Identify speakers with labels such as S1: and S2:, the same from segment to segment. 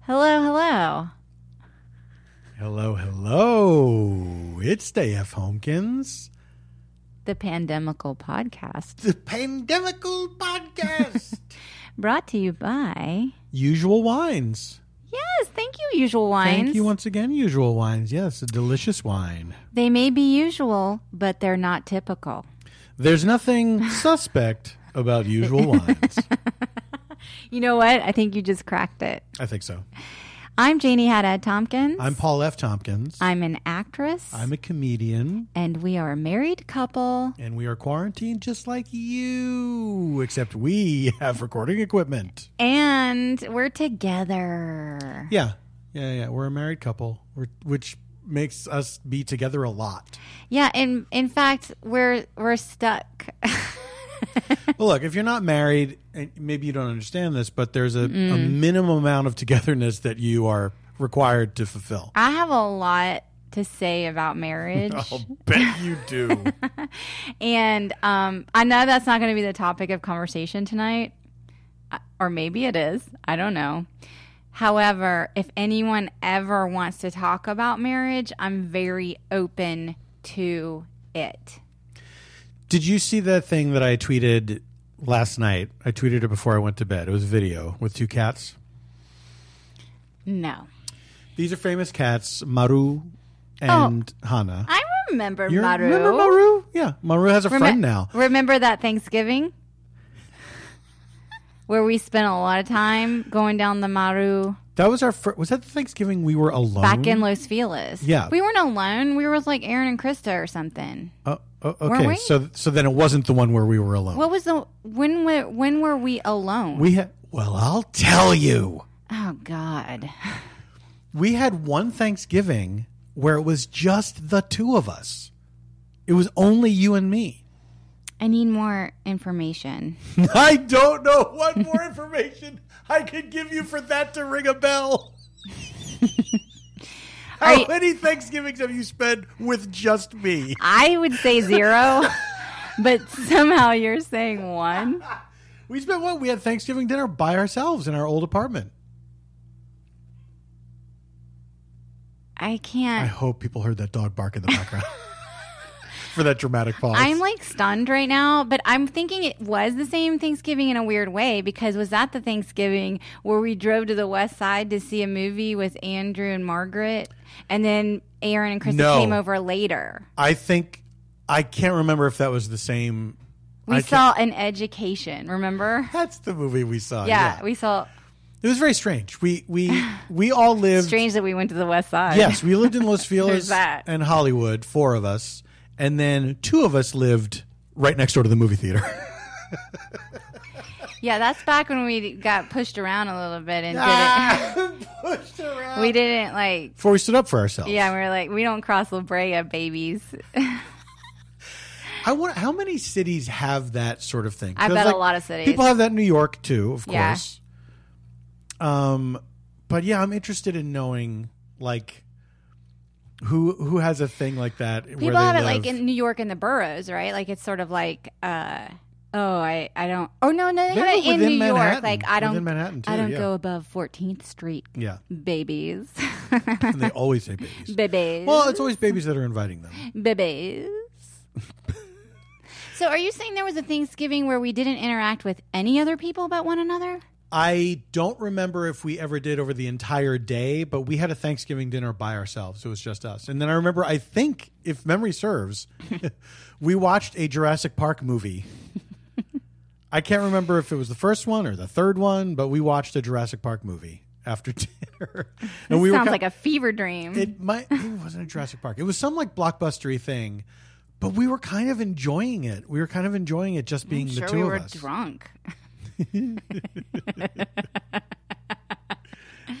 S1: Hello, hello.
S2: Hello, hello. It's Day F. Homekins,
S1: The Pandemical Podcast
S2: the Pandemical Podcast.
S1: brought to you by.
S2: Usual Wines.
S1: Yes, thank you, Usual Wines.
S2: Thank you once again, Usual Wines. Yes, a delicious wine.
S1: they may be usual, but they're not typical.
S2: There's nothing suspect about Usual Wines.
S1: You know what? I think you just cracked it.
S2: I think so.
S1: I'm Janie Haddad Tompkins.
S2: I'm Paul F. Tompkins.
S1: I'm an actress.
S2: I'm a comedian,
S1: and we are a married couple.
S2: and we are quarantined just like you, except we have recording equipment.
S1: And we're together.
S2: Yeah, yeah, yeah. We're a married couple, We're, which makes us be together a lot.
S1: Yeah, in in fact, we're we're stuck.
S2: Well, look, if you're not married, and maybe you don't understand this, but there's a, a
S1: Mm.
S2: minimum amount of togetherness that you are required to fulfill.
S1: I have a lot to say about marriage.
S2: I'll bet you do.
S1: And um, I know that's not going to be the topic of conversation tonight, Uh, or maybe it is. I don't know. However, if anyone ever wants to talk about marriage, I'm very open to it.
S2: Did you see that thing that I tweeted last night? I tweeted it before I went to bed. It was a video with two cats.
S1: No.
S2: These are famous cats, Maru and Hana.
S1: I remember
S2: You
S1: Oh. Maru.
S2: Remember Maru? Yeah, Maru has a
S1: Remem-
S2: friend now.
S1: Remember that Thanksgiving? Where we spent a lot of time going down the Maru
S2: That was our fir- was that the Thanksgiving we were alone.
S1: back in Los Feliz.
S2: Mm-hmm. Yeah.
S1: We weren't alone. We were with like Aaron and Krista or something.
S2: Oh, oh,
S1: Weren't
S2: okay,
S1: we?
S2: so so then it wasn't the one where we were alone.
S1: What was the when were when were we alone?
S2: We had well, I'll tell you.
S1: oh God,
S2: We had one Thanksgiving where it was just the two of us. It was only you and me.
S1: I need more information.
S2: I don't know what more information I could give you for that to ring a bell. How
S1: Are you-
S2: many Thanksgivings have you spent with just me?
S1: I would say zero, but somehow you're saying one.
S2: We spent one. We had Thanksgiving dinner by ourselves in our old apartment.
S1: I
S2: I
S1: can't.
S2: hope people heard that dog bark in the background for that dramatic pause.
S1: I'm like stunned right now, but I'm thinking it was the same Thanksgiving in a weird way because was that the Thanksgiving where we drove to the West Side to see a movie with Andrew and Margaret, and then Aaron and Krista
S2: No.
S1: came over later.
S2: I think I can't remember if that was the same.
S1: We
S2: I can't-
S1: saw an education. Remember?
S2: That's the movie we saw.
S1: yeah,
S2: Yeah,
S1: we saw.
S2: it was very strange. We we we all lived.
S1: Strange that we went to the West Side.
S2: Yes, we lived in Los
S1: There's
S2: Feliz
S1: that.
S2: and Hollywood, four of us, and then two of us lived right next door to the movie theater.
S1: Yeah, that's back when we got pushed around a little bit and
S2: Pushed around.
S1: didn't, we didn't like.
S2: Before we stood up for ourselves.
S1: Yeah, we were like, we don't cross La Brea, babies.
S2: I wonder how many cities have that sort of thing.
S1: I
S2: 'Cause,
S1: bet
S2: like,
S1: a lot of cities.
S2: People have that in New York too, of
S1: Yeah.
S2: course. Um, but yeah, I'm interested in knowing like who who has a thing like that. where
S1: People
S2: they
S1: have it
S2: live.
S1: like in New York in the boroughs, right? Like it's sort of like, uh, oh, I, I don't. Oh no, no, they
S2: They
S1: have
S2: were
S1: it in
S2: within
S1: New York.
S2: Manhattan.
S1: Like I
S2: Within
S1: don't,
S2: Manhattan,
S1: I
S2: too,
S1: don't
S2: yeah. Mm.
S1: go above 14th Street,
S2: yeah,
S1: babies,
S2: and they always say babies.
S1: babies,
S2: Well, it's always babies that are inviting them.
S1: babies. so, are you saying there was a Thanksgiving where we didn't interact with any other people but one another?
S2: I don't remember if we ever did over the entire day, but we had a Thanksgiving dinner by ourselves. It was just us. And then I remember, I think, if memory serves, we watched a Jurassic Park movie. I can't remember if it was the first one or the third one, but we watched a Jurassic Park movie after dinner. And we
S1: sounds
S2: ki-
S1: like a fever dream.
S2: it might it wasn't a Jurassic Park. It was some like blockbustery thing, but we were kind of enjoying it. We were kind of enjoying it just being
S1: I'm
S2: the
S1: sure
S2: two
S1: we
S2: of
S1: were
S2: us.
S1: drunk.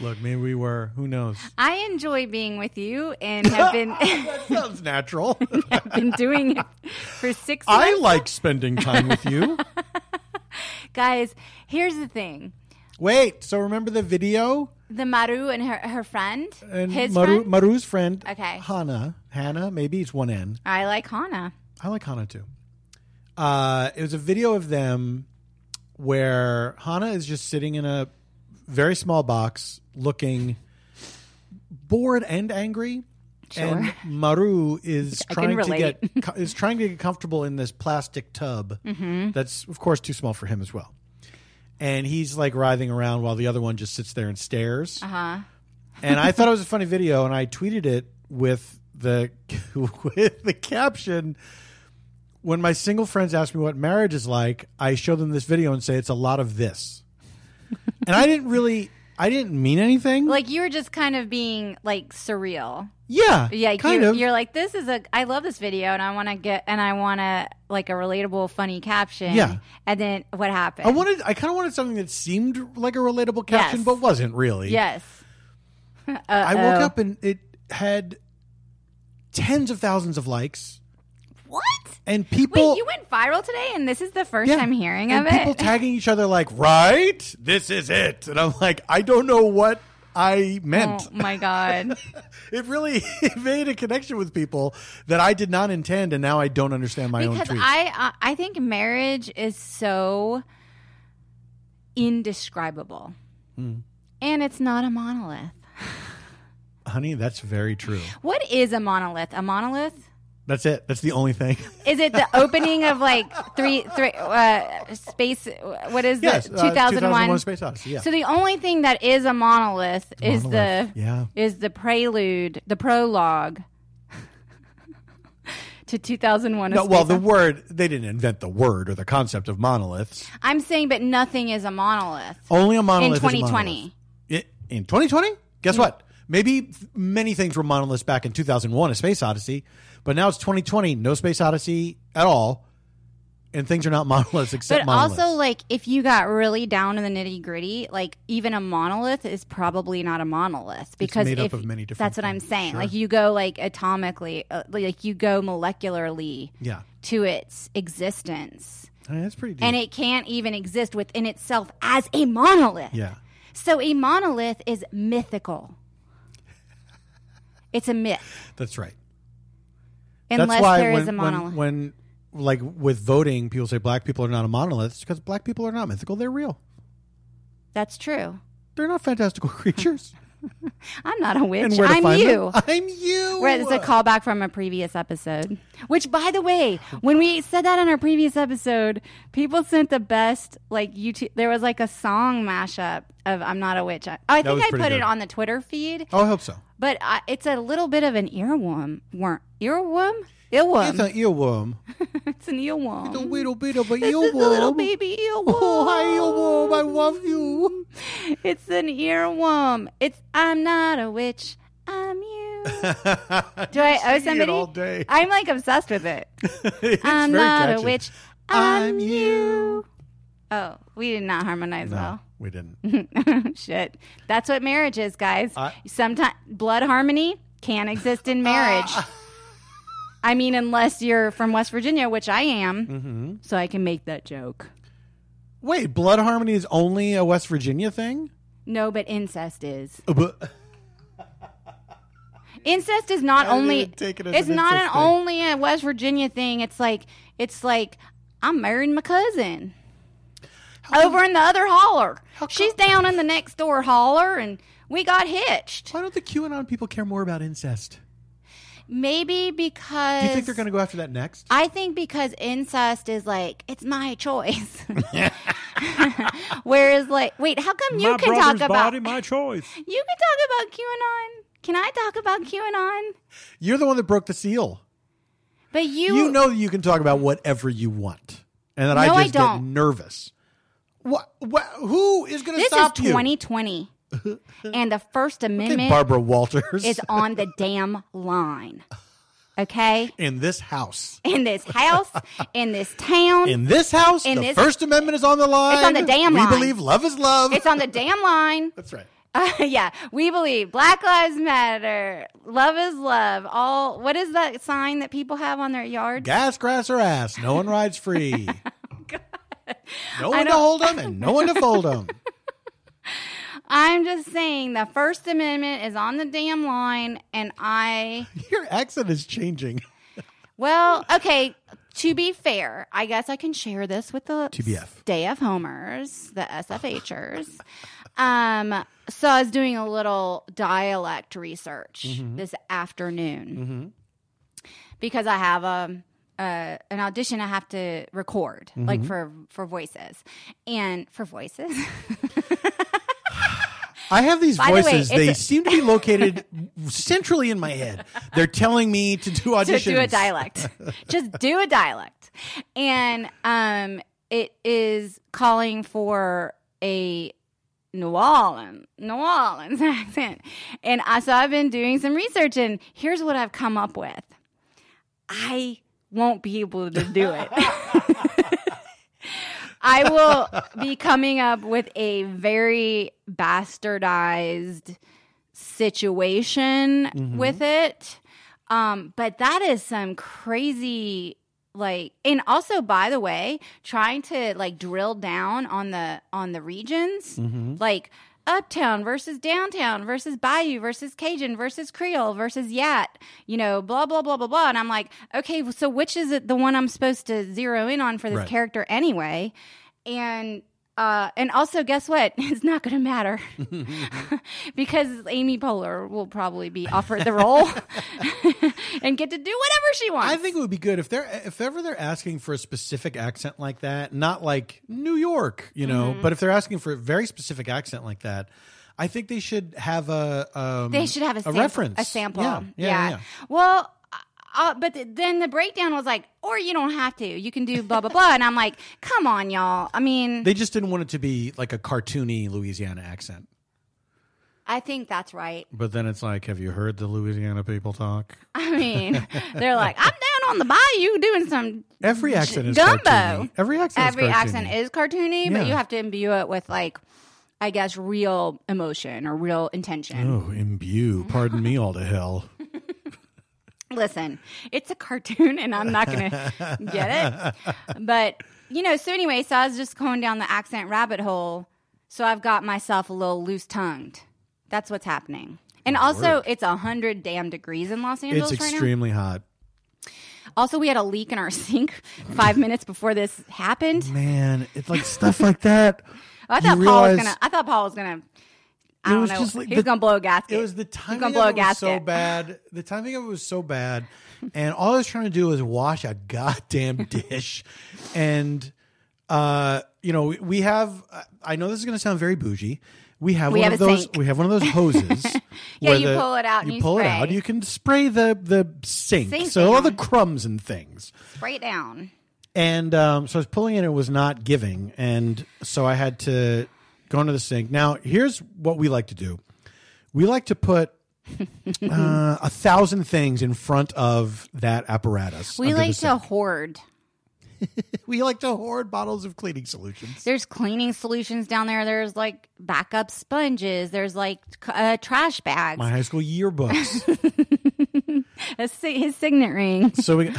S2: Look, maybe we were. Who knows?
S1: I enjoy being with you and have been
S2: that sounds natural.
S1: have been doing it for six
S2: I
S1: months.
S2: like spending time with you.
S1: Guys, here's the thing:
S2: Wait, so remember the video
S1: the Maru and her her friend,
S2: and
S1: his
S2: Maru,
S1: friend.
S2: Maru's friend,
S1: Okay.
S2: Hana, Hannah, maybe it's one N.
S1: I like Hana.
S2: I like Hana too. Uh, it was a video of them where Hana is just sitting in a very small box, looking bored and angry. And Maru is
S1: I can
S2: trying to get co- is trying to get comfortable in this plastic tub
S1: Mm-hmm.
S2: that's of course too small for him as well. And he's like writhing around while the other one just sits there and stares.
S1: Uh-huh.
S2: And I thought it was a funny video, and I tweeted it with the with the caption. When my single friends ask me what marriage is like, I show them this video and say it's a lot of this. And I didn't really, I didn't mean anything.
S1: Like you were just kind of being like surreal.
S2: yeah,
S1: Yeah, like,
S2: kind
S1: you're,
S2: of.
S1: you're like this is a I love this video and I want to get and I want to like a relatable funny caption.
S2: Yeah.
S1: And then what happened?
S2: I wanted, I kind of wanted something that seemed like a relatable caption,
S1: Yes.
S2: but wasn't really.
S1: Yes.
S2: I woke
S1: Uh-oh.
S2: up and it had tens of thousands of likes,
S1: What?
S2: and
S1: Wait,
S2: people.
S1: you went viral today and this is the first
S2: Yeah.
S1: time hearing
S2: and
S1: of
S2: people
S1: it?
S2: tagging each other like, right? This is it. And I'm like, I don't know what I meant.
S1: oh my god.
S2: It really made a connection with people that I did not intend, and now I don't understand my
S1: because
S2: own tweets.
S1: I uh, I I think marriage is so indescribable,
S2: Hmm.
S1: and it's not a monolith.
S2: Honey, that's very true.
S1: What is a monolith? A monolith
S2: That's it. That's the only thing.
S1: is it the opening of like three three uh, space? What is
S2: yes,
S1: the
S2: uh,
S1: 2001?
S2: Space Odyssey. Yeah.
S1: so the only thing that is a monolith is the
S2: Monolith. yeah.
S1: is the prelude, the prologue to 2001. A
S2: No, well,
S1: Space
S2: the
S1: Odyssey.
S2: word they didn't invent the word or the concept of monoliths.
S1: I'm saying, but nothing is a monolith.
S2: Only a monolith is a
S1: 2020.
S2: monolith. I- In 2020, guess what? Maybe th- many things were monoliths back in 2001, A Space Odyssey, but now it's 2020, no Space Odyssey at all, and things are not monoliths
S1: But
S2: except monoliths.
S1: also, like, if you got really down in the nitty gritty, like, even a monolith is probably not a monolith because
S2: made up
S1: if-
S2: of many different
S1: That's what I'm
S2: things.
S1: saying.
S2: Sure.
S1: Like, you go like atomically, uh, like you go molecularly
S2: yeah,
S1: to its existence,
S2: I mean, that's pretty deep.
S1: and it can't even exist within itself as a monolith.
S2: yeah,
S1: So a monolith is mythical. It's a myth,
S2: that's right.
S1: unless
S2: that's why
S1: there is
S2: when,
S1: a monolith.
S2: When, when, like with voting, people say black people are not a monolith because black people are not mythical; they're real.
S1: that's true.
S2: They're not fantastical creatures.
S1: I'm not a witch.
S2: and where to
S1: I'm
S2: find
S1: you.
S2: them? Oh, uh. I'm you.
S1: Right, it's a callback from a previous episode. Which, by the way, when we said that in our previous episode, people sent the best like YouTube. There was like a song mashup of "I'm Not a Witch." I, I
S2: was
S1: think I put
S2: pretty
S1: it
S2: good.
S1: on the Twitter feed,
S2: Oh, I hope so.
S1: but I, it's a little bit of an earworm. Worm, earworm, earworm.
S2: it's an earworm.
S1: it's an earworm.
S2: a little bit of a
S1: This is a little
S2: earworm.
S1: baby earworm.
S2: Oh, hi, earworm. I love you.
S1: It's an earworm. It's I'm not a witch. I'm you. Do I owe
S2: Singing it
S1: somebody?
S2: all day.
S1: I'm like obsessed with it.
S2: It's
S1: I'm
S2: very
S1: not
S2: catchy.
S1: a witch.
S2: I'm
S1: I'm you. Oh, we did not harmonize
S2: No, we didn't.
S1: Mm-hmm. well. Shit. That's what marriage is, guys.
S2: I-
S1: Sometimes blood harmony can't exist in marriage.
S2: Ah.
S1: I mean, unless you're from West Virginia, which I am,
S2: Mhm.
S1: so I can make that joke.
S2: Wait, blood harmony is only a West Virginia thing?
S1: No, but incest is.
S2: Uh, but-
S1: Incest is not
S2: I didn't
S1: only.
S2: even take it as
S1: it's
S2: an
S1: not an
S2: incest thing.
S1: only a West Virginia thing. It's like it's like I'm marrying my cousin over in the other holler. She's down in the next door holler, and we got hitched.
S2: Why don't the QAnon people care more about incest?
S1: Maybe because
S2: Do you think they're going to go after that next?
S1: I think because incest is like it's my choice. Whereas, like, wait, how come you can talk about
S2: my choice.
S1: you can talk about QAnon? Can I talk about QAnon?
S2: You're the one that broke the seal.
S1: But
S2: You know that you can talk about whatever you want, and that
S1: No,
S2: I
S1: I
S2: just get
S1: don't.
S2: nervous. What? what who is going to
S1: This
S2: stop
S1: is
S2: you?
S1: 2020, and the First
S2: Hey,
S1: Amendment
S2: Barbara Walters
S1: is on the damn line. Okay,
S2: in this house.
S1: in this house, in this town,
S2: In this house,
S1: In
S2: the
S1: this-
S2: First Amendment is on the line.
S1: on the damn
S2: we
S1: line.
S2: believe love is love.
S1: it's on the damn line.
S2: That's right.
S1: Uh, yeah, we believe Black Lives Matter, love is love. All what is that sign that people have on their yard?
S2: Gas, grass, or ass. No one rides free. No one to
S1: don't-
S2: hold them and no one to fold them.
S1: I'm just saying the First Amendment is on the damn line, and I.
S2: Your accent is changing.
S1: Well, okay. To be fair, I guess I can share this with the
S2: TBF.
S1: stay of homers, the SFHers. Um, so I was doing a little dialect research this afternoon because I have a, a an audition I have to record, like for for voices and for voices.
S2: I have these
S1: By the way, it's
S2: voices. they
S1: a-
S2: seem to be located centrally in my head. They're telling me to do
S1: to
S2: auditions.
S1: do a dialect. Just do a dialect. And um it is calling for a New Orleans, New Orleans accent. And I so I've been doing some research and here's what I've come up with. I won't be able to do it. I will be coming up with a very bastardized situation with it. Um, but that is some crazy like and also by the way, trying to like drill down on the on the regions like uptown versus downtown versus bayou versus cajun versus creole versus yat you know blah blah blah blah blah and i'm like okay so which is it the one i'm supposed to zero in on for this
S2: Right.
S1: character anyway and uh and also guess what it's not gonna matter because amy poehler will probably be offered the role and get to do whatever she wants
S2: I think it would be good if they're if ever they're asking for a specific accent like that, not like New York, you know,
S1: Mm-hmm.
S2: but if they're asking for a very specific accent like that, I think they should have a um,
S1: They should have a, sample,
S2: reference,
S1: a sample.
S2: Yeah, yeah, yeah. yeah.
S1: Well, uh, but th- then the breakdown was like, or you don't have to. You can do blah blah blah. And I'm like, come on, y'all. I mean,
S2: They just didn't want it to be like a cartoony Louisiana accent.
S1: I think that's right.
S2: But then it's like, have you heard the Louisiana people talk?
S1: I mean, they're like, I'm down on the bayou doing some.
S2: Every accent is
S1: Gumbo.
S2: cartoony. Every accent.
S1: Every
S2: is cartoony.
S1: accent is cartoony,
S2: Yeah.
S1: but you have to imbue it with like, I guess, real emotion or real intention.
S2: Oh, imbue. Pardon me, all to hell.
S1: Listen, it's a cartoon and I'm not going to get it. But, you know, so anyway, so I was just going down the accent rabbit hole. So I've got myself a little loose tongued. That's what's happening. And also, it's a 100 damn degrees in Los
S2: It's
S1: Angeles right now.
S2: extremely hot.
S1: Also, we had a leak in our sink five minutes before this happened.
S2: Man, it's like stuff like that.
S1: I
S2: you
S1: thought Paul was
S2: realize-
S1: gonna. I thought Paul was gonna. I
S2: It
S1: don't
S2: was
S1: know.
S2: just like
S1: he
S2: the-
S1: was gonna blow a gasket.
S2: It was the
S1: He was
S2: timing
S1: gonna
S2: of
S1: blow a
S2: it was so
S1: gasket.
S2: bad. The timing of it was so bad, and all I was trying to do was wash a goddamn dish. and uh, you know, we- we have. I- I know this is going to sound very bougie. We have
S1: We
S2: one
S1: have
S2: of
S1: a
S2: those.
S1: sink.
S2: We have one of those hoses.
S1: Yeah,
S2: where
S1: you pull it out and
S2: You
S1: you
S2: pull it out.
S1: spray.
S2: You can spray the the sink,
S1: Sink
S2: so all the
S1: down.
S2: crumbs and things.
S1: Spray it down.
S2: And um, so I was pulling in, it was not giving. And so I had to go into the sink. Now, here's what we like to do we like to put uh, a thousand things in front of that apparatus.
S1: We
S2: under the
S1: like to
S2: sink.
S1: hoard.
S2: we like to hoard bottles of cleaning solutions.
S1: There's cleaning solutions down there. There's like backup sponges. There's like c- uh, trash bags.
S2: My high school yearbooks.
S1: A si- his signet ring.
S2: so we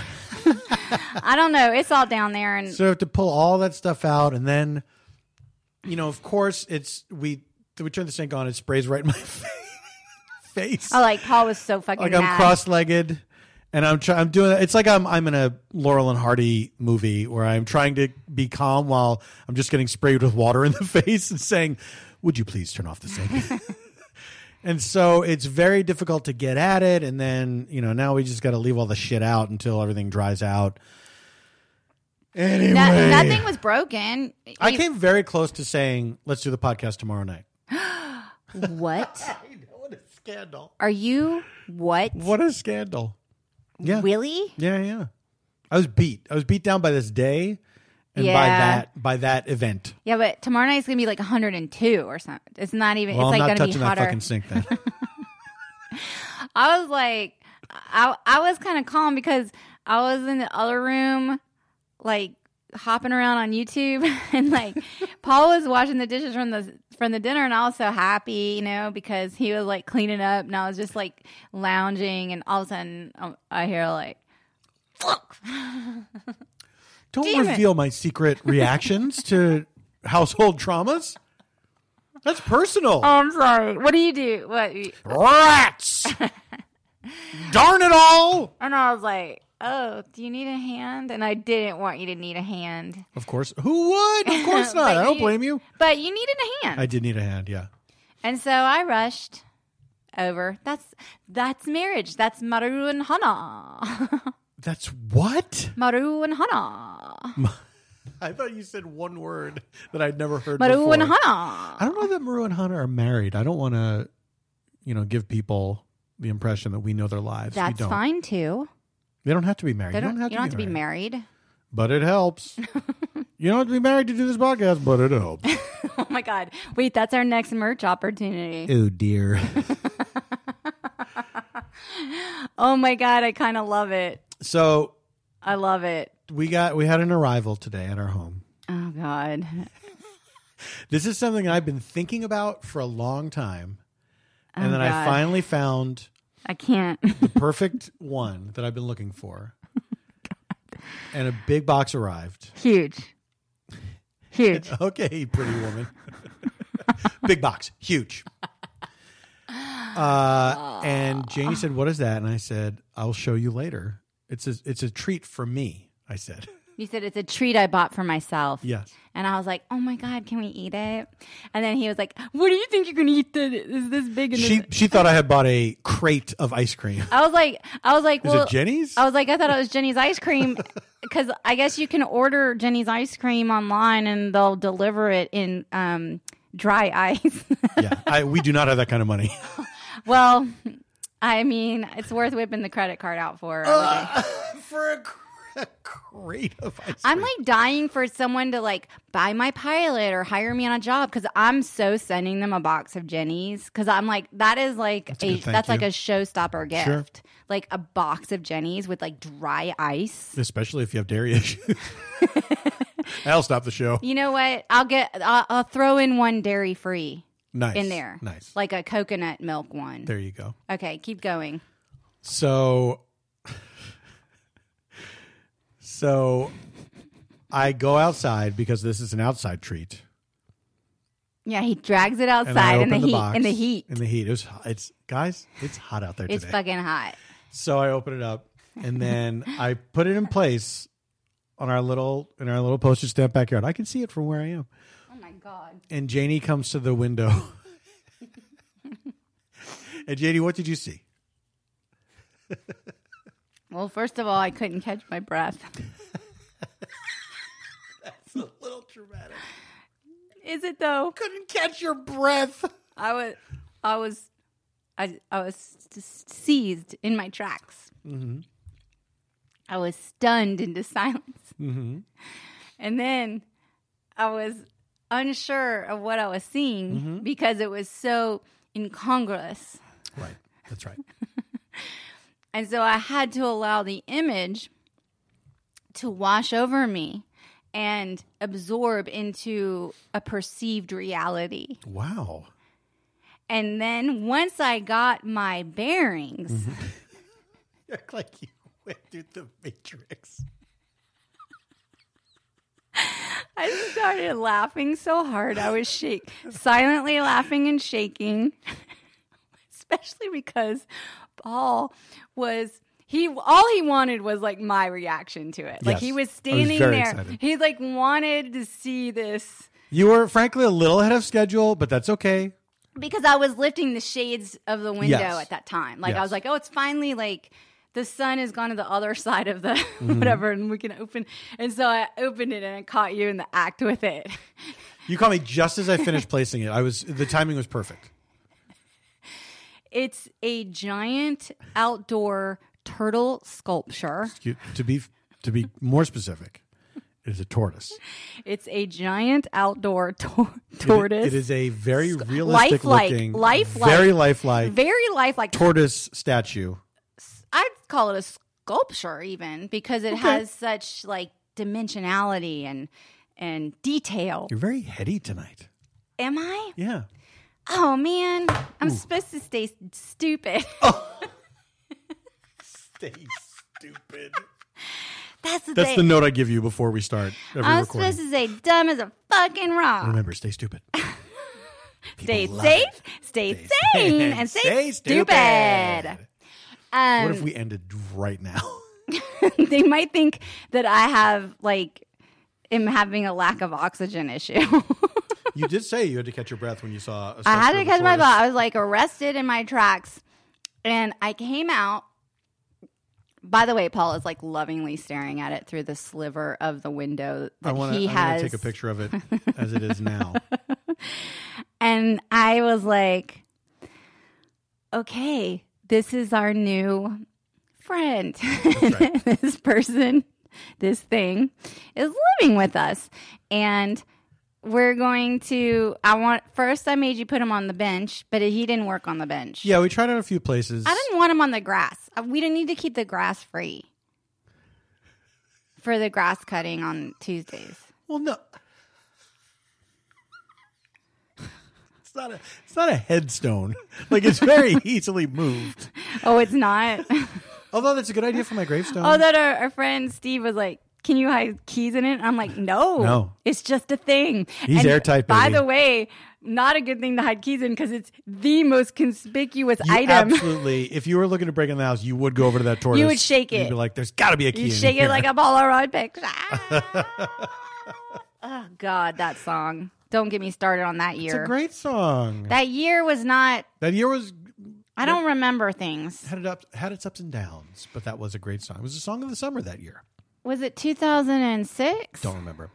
S1: I don't know. It's all down there. And
S2: so we have to pull all that stuff out, and then you know, of course, it's we we turn the sink on, it sprays right in my face.
S1: oh, like Paul was so fucking
S2: like I'm
S1: mad.
S2: cross-legged and I'm trying I'm doing it's like I'm I'm in a Laurel and Hardy movie where I'm trying to be calm while I'm just getting sprayed with water in the face and saying, "Would you please turn off the sink?" and so it's very difficult to get at it and then, you know, now we just got to leave all the shit out until everything dries out. Anyway,
S1: No- nothing was broken.
S2: I came very close to saying, "Let's do the podcast tomorrow night."
S1: What
S2: What a scandal.
S1: are you? What,
S2: What a scandal. Yeah.
S1: Willie?
S2: Yeah, yeah. I was beat. I was beat down by this day and by
S1: Yeah.
S2: that by that event.
S1: Yeah, but tomorrow night's gonna be like 102 or something. It's not even.
S2: Well,
S1: it's
S2: I'm
S1: like
S2: not
S1: gonna be
S2: touching that
S1: hotter.
S2: fucking sink then.
S1: I was like, I I was kind of calm because I was in the other room, like hopping around on YouTube, and like Paul was washing the dishes from the from the dinner, and I was so happy, you know, because he was like cleaning up, and I was just like lounging, and all of a sudden um, I hear like, "Fuck!"
S2: Don't
S1: Damn it.
S2: reveal my secret reactions to household traumas. That's personal.
S1: Oh, I'm sorry. What do you do? What?
S2: Rats. Darn it all.
S1: And I was like, "Oh, do you need a hand?" And I didn't want you to need a hand,
S2: Of course. Who would? Of course not.
S1: But
S2: I don't
S1: you-
S2: blame you.
S1: but you needed a hand.
S2: I did need a hand. Yeah.
S1: And so I rushed over. That's that's marriage. That's Maru and Hana.
S2: That's what?
S1: Maru and Hana.
S2: I thought you said one word that I'd never heard
S1: Maru
S2: before.
S1: and Hana.
S2: I don't know that Maru and Hana are married. I don't want to, you know, give people the impression that we know their lives. We
S1: That's
S2: don't.
S1: fine too.
S2: They don't have to be married.
S1: They
S2: you
S1: don't,
S2: don't have,
S1: you don't have to be
S2: married.
S1: married.
S2: But it helps. you don't have to be married to do this podcast, but it helps.
S1: Oh my god. Wait, that's our next merch opportunity.
S2: oh, dear.
S1: Oh my god, I kind of love it.
S2: so
S1: I love it.
S2: we got we had an arrival today at our home.
S1: Oh god.
S2: This is something I've been thinking about for a long time. And
S1: Oh,
S2: then I
S1: God.
S2: finally found
S1: I can't.
S2: perfect one that I've been looking for. And a big box arrived.
S1: Huge. Huge.
S2: Okay, pretty woman. big box, huge. Uh, and Janie said, "What is that?" And I said, "I'll show you later. It's a, it's a treat for me." I said,
S1: You said it's a treat I bought for myself.
S2: "Yes."
S1: And I was like, "Oh my god, can we eat it?" And then he was like, "What do you think you're gonna eat? That is this big?" And this-"
S2: She she thought I had bought a crate of ice cream.
S1: I was like, "I was like,
S2: Is
S1: well, oh.
S2: it Jenny's?
S1: I was like, I thought it was Jenny's ice cream because I guess you can order Jenny's ice cream online and they'll deliver it in um, dry ice.
S2: yeah, I, we do not have that kind of money.
S1: well, I mean, it's worth whipping the credit card out for.
S2: for a, cr- a crate of
S1: Uh,
S2: ice
S1: I'm like dying for someone to like buy my pilot or hire me on a job because I'm so sending them a box of Jennies because I'm like that is like
S2: a
S1: a,
S2: good thank
S1: that's like
S2: you.
S1: a showstopper gift
S2: Sure.
S1: like a box of Jennies with like dry ice.
S2: especially if you have dairy issues. I'll stop the show.
S1: You know what? I'll get I'll, I'll throw in one dairy free
S2: Nice
S1: in there,
S2: Nice.
S1: like a coconut milk one.
S2: there you go.
S1: Okay, keep going.
S2: So, so I go outside because this is an outside treat.
S1: Yeah, he drags it
S2: And I
S1: outside in
S2: open
S1: the, heat.
S2: box,
S1: in the heat,
S2: In the heat. It was. It's guys. It's hot out there
S1: it's
S2: today.
S1: fucking hot.
S2: so I open it up and then I put it in place on our little in our little postage stamp backyard. I can see it from where I am.
S1: Oh my god!
S2: And Janie comes to the window. and Janie, what did you see?
S1: Well, first of all, I couldn't catch my breath.
S2: It's a little dramatic.
S1: Is it though?
S2: Couldn't catch your breath.
S1: I was, I was, I, I was s- seized in my tracks. I was stunned into silence,
S2: Mm-hmm.
S1: and then I was unsure of what I was seeing because it was so incongruous,
S2: Right. That's right.
S1: and so I had to allow the image to wash over me and absorb into a perceived reality.
S2: Wow.
S1: And then once I got my bearings.
S2: You act like you went through the matrix.
S1: I started laughing so hard I was shake, silently laughing and shaking, especially because Paul was he all he wanted was like my reaction to it. Like
S2: Yes.
S1: he
S2: I
S1: was
S2: was
S1: standing
S2: very
S1: there.
S2: excited.
S1: He like wanted to see this
S2: You were frankly a little ahead of schedule, but that's okay.
S1: because I was lifting the shades of the window
S2: Yes.
S1: at that time. Like I
S2: Yes.
S1: was like, oh, it's finally like the sun has gone to the other side of the
S2: Mm-hmm.
S1: whatever, and we can open. And so I opened it and I caught you in the act with it.
S2: You caught me just as I finished placing it. I was the timing was perfect.
S1: It's a giant outdoor turtle sculpture.
S2: You- to be to be more specific, it is a tortoise.
S1: It's a giant outdoor tor-
S2: It-
S1: tortoise.
S2: It is a very realistic
S1: lifelike,
S2: looking,
S1: lifelike,
S2: very lifelike
S1: very lifelike.
S2: tortoise statue.
S1: I'd call it a sculpture even because it has such like dimensionality and and detail.
S2: You're very heady tonight.
S1: Am I?
S2: Yeah.
S1: Oh man, I'm supposed to stay stupid.
S2: Oh, Stay stupid.
S1: That's the
S2: That's the
S1: thing.
S2: note I give you before we start every
S1: I'm
S2: recording.
S1: supposed to say dumb as a fucking rock.
S2: Remember, stay stupid.
S1: stay
S2: love
S1: safe, stay sane, and stay, stupid. Um,
S2: What if we ended right now?
S1: they might think that I have like am having a lack of oxygen issue.
S2: You did say you had to catch your breath when you saw. A
S1: I had
S2: sculpture
S1: to
S2: of
S1: catch my
S2: Aquarius.
S1: thought. I was like arrested in my tracks, and I came out. By the way, Paul is like lovingly staring at it through the sliver of the window that
S2: I want
S1: he
S2: to
S1: has.
S2: take a picture of it as it is now.
S1: And I was like, okay, this is our new friend.
S2: right.
S1: this person, this thing is living with us. And we're going to, I want, first I made you put him on the bench, but he didn't work on the bench.
S2: yeah, we tried out a few places.
S1: I didn't want him on the grass. Uh, We didn't need to keep the grass free for the grass cutting on Tuesdays.
S2: Well, no. It's not a. It's not a headstone. Like it's very easily moved.
S1: Oh, it's not.
S2: Although that's a good idea for my gravestone.
S1: Oh, that our, our friend Steve was like, "Can you hide keys in it?" I'm like, "No,
S2: No.
S1: it's just a thing."
S2: He's airtight,
S1: By
S2: baby.
S1: the way, not a good thing to hide keys in because it's the most conspicuous
S2: You
S1: item.
S2: absolutely. If you were looking to break in the house, you would go over to that tortoise.
S1: would shake
S2: and You'd
S1: it.
S2: be like, "There's got to be a key."
S1: you
S2: in
S1: shake
S2: here."
S1: it like a Polaroid picture. Ah. oh God, that song! Don't get me started on that
S2: It's a
S1: year.
S2: great song. That,
S1: that year was not.
S2: year was
S1: I don't remember things.
S2: had it up had its ups and downs, but that was a great song. It was a song of the summer that year.
S1: Was it 2006?
S2: Don't remember.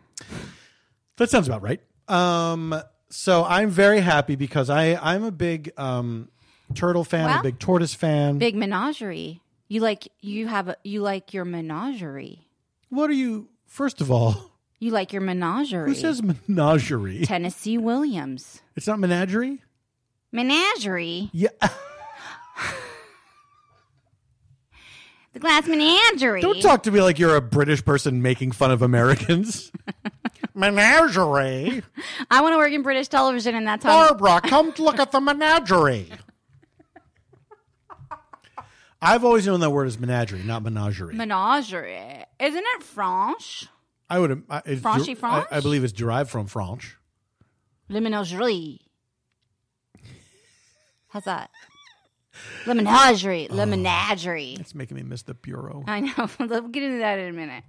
S2: That sounds about right. Um, so I'm very happy because I I'm a big um, turtle fan, a
S1: Well,
S2: big tortoise fan.
S1: Big menagerie. You like you have a, you like your menagerie.
S2: what are you? First of all,
S1: You like your menagerie.
S2: who says menagerie?
S1: Tennessee Williams.
S2: It's not menagerie.
S1: Menagerie.
S2: Yeah,
S1: The glass menagerie.
S2: don't talk to me like you're a British person making fun of Americans. menagerie,
S1: I want to work in British television, and that's how.
S2: Barbara, come look at the menagerie. I've always known that word is menagerie, not menagerie.
S1: Menagerie. Isn't it French?
S2: I would. I, it's
S1: Franchi Franche?
S2: I, I believe it's derived from French.
S1: Le menagerie. How's that? Le menagerie.
S2: Oh.
S1: Le menagerie.
S2: It's making me miss the bureau.
S1: I know. We'll get into that in a minute.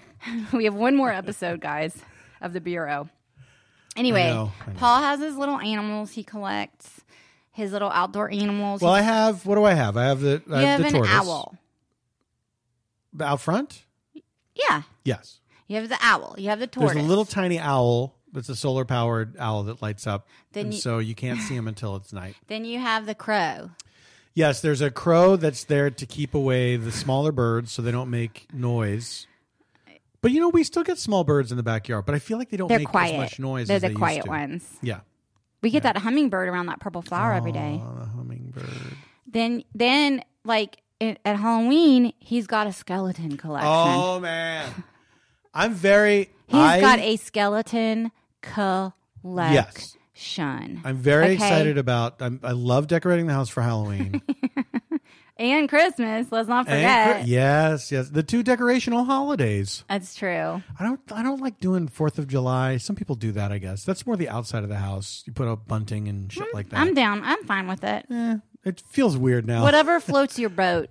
S1: we have one more episode, guys, of the Bureau. Anyway,
S2: I know, I know.
S1: Paul has his little animals he collects, his little outdoor animals.
S2: Well, I have. What do I have? I have the. I
S1: you have
S2: the
S1: an
S2: tortoise.
S1: owl.
S2: out front.
S1: Yeah.
S2: Yes,
S1: You have the owl. You have the tortoise.
S2: there's a little tiny owl. It's a solar powered owl that lights up,
S1: Then
S2: and
S1: you-
S2: so you can't see him until it's night.
S1: then you have the crow.
S2: Yes, there's a crow that's there to keep away the smaller birds so they don't make noise. But you know, we still get small birds in the backyard, but I feel like they don't
S1: They're
S2: make
S1: quiet.
S2: as much noise.
S1: They're
S2: as
S1: the
S2: they
S1: quiet
S2: used to.
S1: ones.
S2: Yeah,
S1: We get that hummingbird around that purple flower every day.
S2: Oh, the hummingbird.
S1: Then, then like in, at Halloween, he's got a skeleton collection.
S2: Oh man, I'm very.
S1: He's
S2: I,
S1: got a skeleton collection.
S2: I'm very
S1: Okay.
S2: excited about. I'm, I love decorating the house for Halloween.
S1: and Christmas. Let's not
S2: And
S1: forget.
S2: cri- yes, yes, the two decorational holidays.
S1: That's true.
S2: I don't. I don't like doing Fourth of July. Some people do that. I guess that's more the outside of the house. You put up bunting and shit like that.
S1: Mm, I'm down. I'm fine with it.
S2: Eh, it feels weird now.
S1: Whatever floats your boat.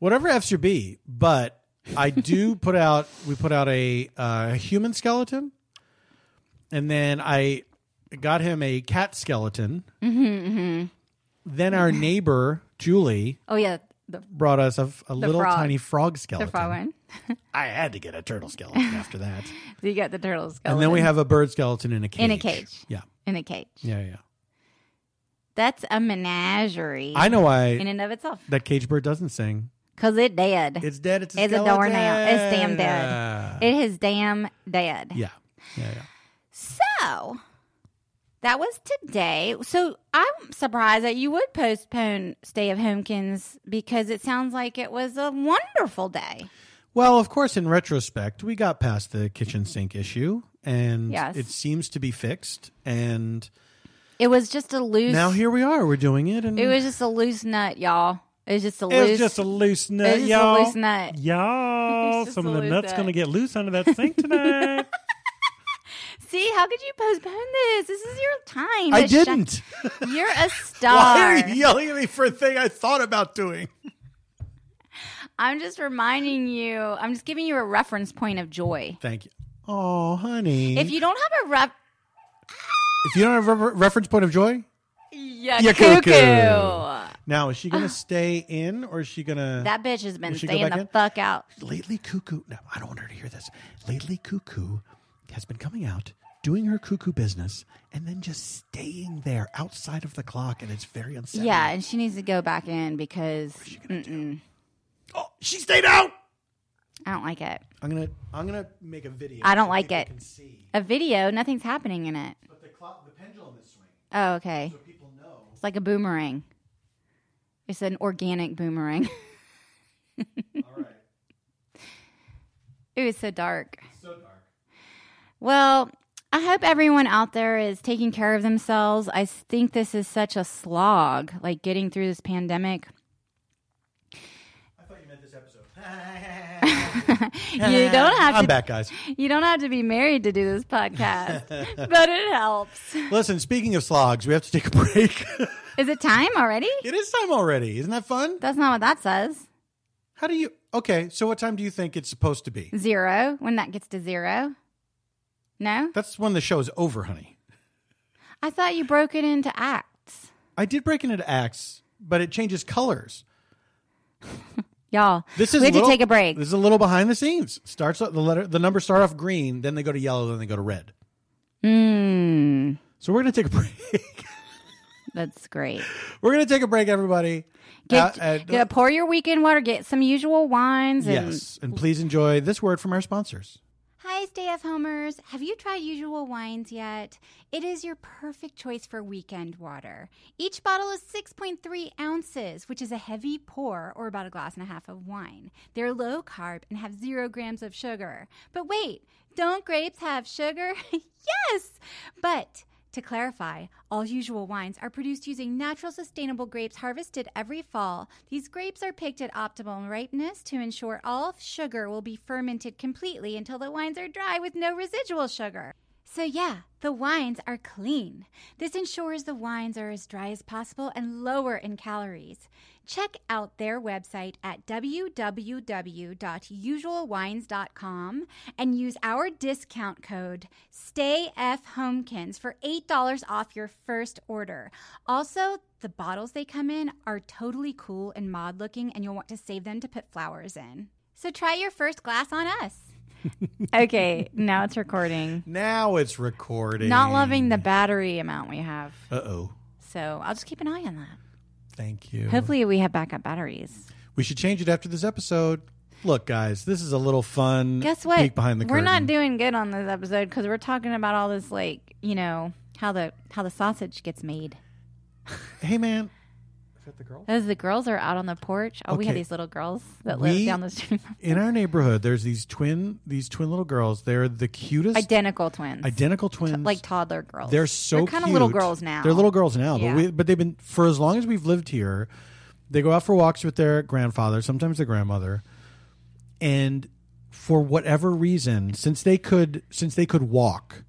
S2: Whatever F's your B, but I do put out. We put out a uh, human skeleton, and then I got him a cat skeleton.
S1: Mm-hmm,
S2: Then our neighbor Julie
S1: Oh yeah, the,
S2: brought us a, f- a little
S3: frog.
S2: tiny frog
S1: the
S2: skeleton.
S1: frog one.
S2: I had to get a turtle skeleton after that,
S1: So you got the turtle skeleton
S2: and then we have a bird skeleton in a cage.
S1: In a cage.
S2: Yeah,
S1: in a cage.
S2: yeah, yeah.
S1: That's a menagerie
S2: I know why
S1: in and of itself.
S2: that cage bird doesn't sing.
S1: Cause it dead.
S2: It's dead. It's a,
S1: It's a
S2: skeleton.
S1: doornail. It's damn dead. it is damn dead.
S2: Yeah, yeah, yeah.
S1: So that was today. So I'm surprised that you would postpone Stay of Homekins because it sounds like it was a wonderful day.
S2: Well, of course, in retrospect, we got past the kitchen sink issue, and
S3: Yes.
S2: it seems to be fixed. And
S1: It was just a loose.
S2: now here we are. We're doing it, and
S1: it was just a loose nut, y'all. It was just a
S2: it was
S1: loose.
S2: just a loose nut,
S1: it was just
S2: y'all.
S1: a loose nut.
S2: Y'all,
S1: just
S2: some
S1: a
S2: of the
S1: loose
S2: nuts
S1: nut.
S2: gonna get loose under that sink tonight.
S1: See, how could you postpone this? This is your time.
S2: I
S1: to shine.
S2: didn't.
S1: You're a
S2: Why
S1: star.
S2: are you yelling at me for a thing I thought about doing?
S3: I'm just reminding you. I'm just giving you a reference point of joy.
S2: Thank you. Oh, honey.
S3: If you don't have a rep,
S2: If you don't have a re- reference point of joy,
S3: yeah,
S2: ya
S3: cuckoo.
S2: Now, is she
S1: Uh.
S2: going to stay in or is she going to.
S3: That bitch has been
S2: Will she go
S3: staying
S2: back
S3: the
S2: in?
S3: fuck out.
S2: Lately, Cuckoo. No, I don't want her to hear this. Lately, Cuckoo has been coming out, doing her cuckoo business, and then just staying there outside of the clock, and it's very unsettling.
S3: Yeah, and she needs to go back in because
S2: Oh, she stayed out.
S3: I don't like it.
S2: I'm gonna. I'm gonna make a video.
S3: I don't like it.
S2: Can see,
S3: A video, nothing's happening in it.
S2: but the clock, the pendulum is swinging,
S3: Oh, okay.
S2: so people know.
S3: It's like a boomerang. It's an organic boomerang.
S2: All right,
S3: Ooh, it's so dark.
S2: so dark.
S3: Well, I hope everyone out there is taking care of themselves. I think this is such a slog, like getting through this pandemic.
S2: I thought you meant this episode.
S3: You don't have
S2: I'm
S3: to
S2: back, guys.
S3: you don't have to be married to do this podcast, but it helps.
S2: Listen, speaking of slogs, we have to take a break.
S3: Is it time already?
S2: it is time already. Isn't that fun?
S3: That's not what that says.
S2: How do you? Okay, so what time do you think it's supposed to be?
S3: Zero when that gets to zero. No?
S2: That's when the show's over, honey.
S3: I thought you broke it into acts.
S2: I did break it into acts, but it changes colors.
S3: Y'all,
S2: This is
S3: we have
S2: little-
S3: to take a break.
S2: This is a little behind the scenes. Starts off- the letter, the numbers start off green, then they go to yellow, then they go to red.
S3: Mmm,
S2: So we're gonna take a break.
S3: that's great.
S2: we're gonna take a break, everybody.
S3: Get,
S2: Uh, and-
S3: get- pour your weekend water, get some usual wines. And
S2: yes, and please enjoy this word from our sponsors.
S1: Hi, stay at homers. Have you tried Usual Wines yet? It is your perfect choice for weekend water. Each bottle is 6.3 ounces, which is a heavy pour or about a glass and a half of wine. They're low carb and have zero grams of sugar. But wait, don't grapes have sugar? yes! But to clarify, all usual wines are produced using natural sustainable grapes harvested every fall. These grapes are picked at optimal ripeness to ensure all sugar will be fermented completely until the wines are dry with no residual sugar. So, yeah, the wines are clean. This ensures the wines are as dry as possible and lower in calories. Check out their website at www.usualwines.com and use our discount code STAYFHOMEKINS for $8 off your first order. Also, the bottles they come in are totally cool and mod looking, and you'll want to save them to put flowers in. So try your first glass on us.
S3: okay, now it's recording.
S2: Now it's recording.
S3: Not loving the battery amount we have.
S2: Uh oh.
S3: So I'll just keep an eye on that.
S2: Thank you.
S3: Hopefully, we have backup batteries.
S2: We should change it after this episode. Look, guys, this is a little fun.
S3: Guess what?
S2: Peek behind the
S3: we're
S2: curtain.
S3: not doing good on this episode because we're talking about all this, like you know how the how the sausage gets made.
S2: hey, man. Is that the girl?
S3: As the girls are out on the porch, oh, we have
S2: Okay.
S3: these little girls that
S2: We-
S3: live down the street.
S2: In our neighborhood, there's these twin, these twin little girls. They're the cutest,
S3: Identical twins,
S2: identical twins.
S3: like toddler girls.
S2: they're so
S3: kind of
S2: cute.
S3: little girls now.
S2: They're little girls now,
S3: Yeah.
S2: but we, but they've been for as long as we've lived here. They go out for walks with their grandfather, sometimes their grandmother, and for whatever reason, since they could since they could walk,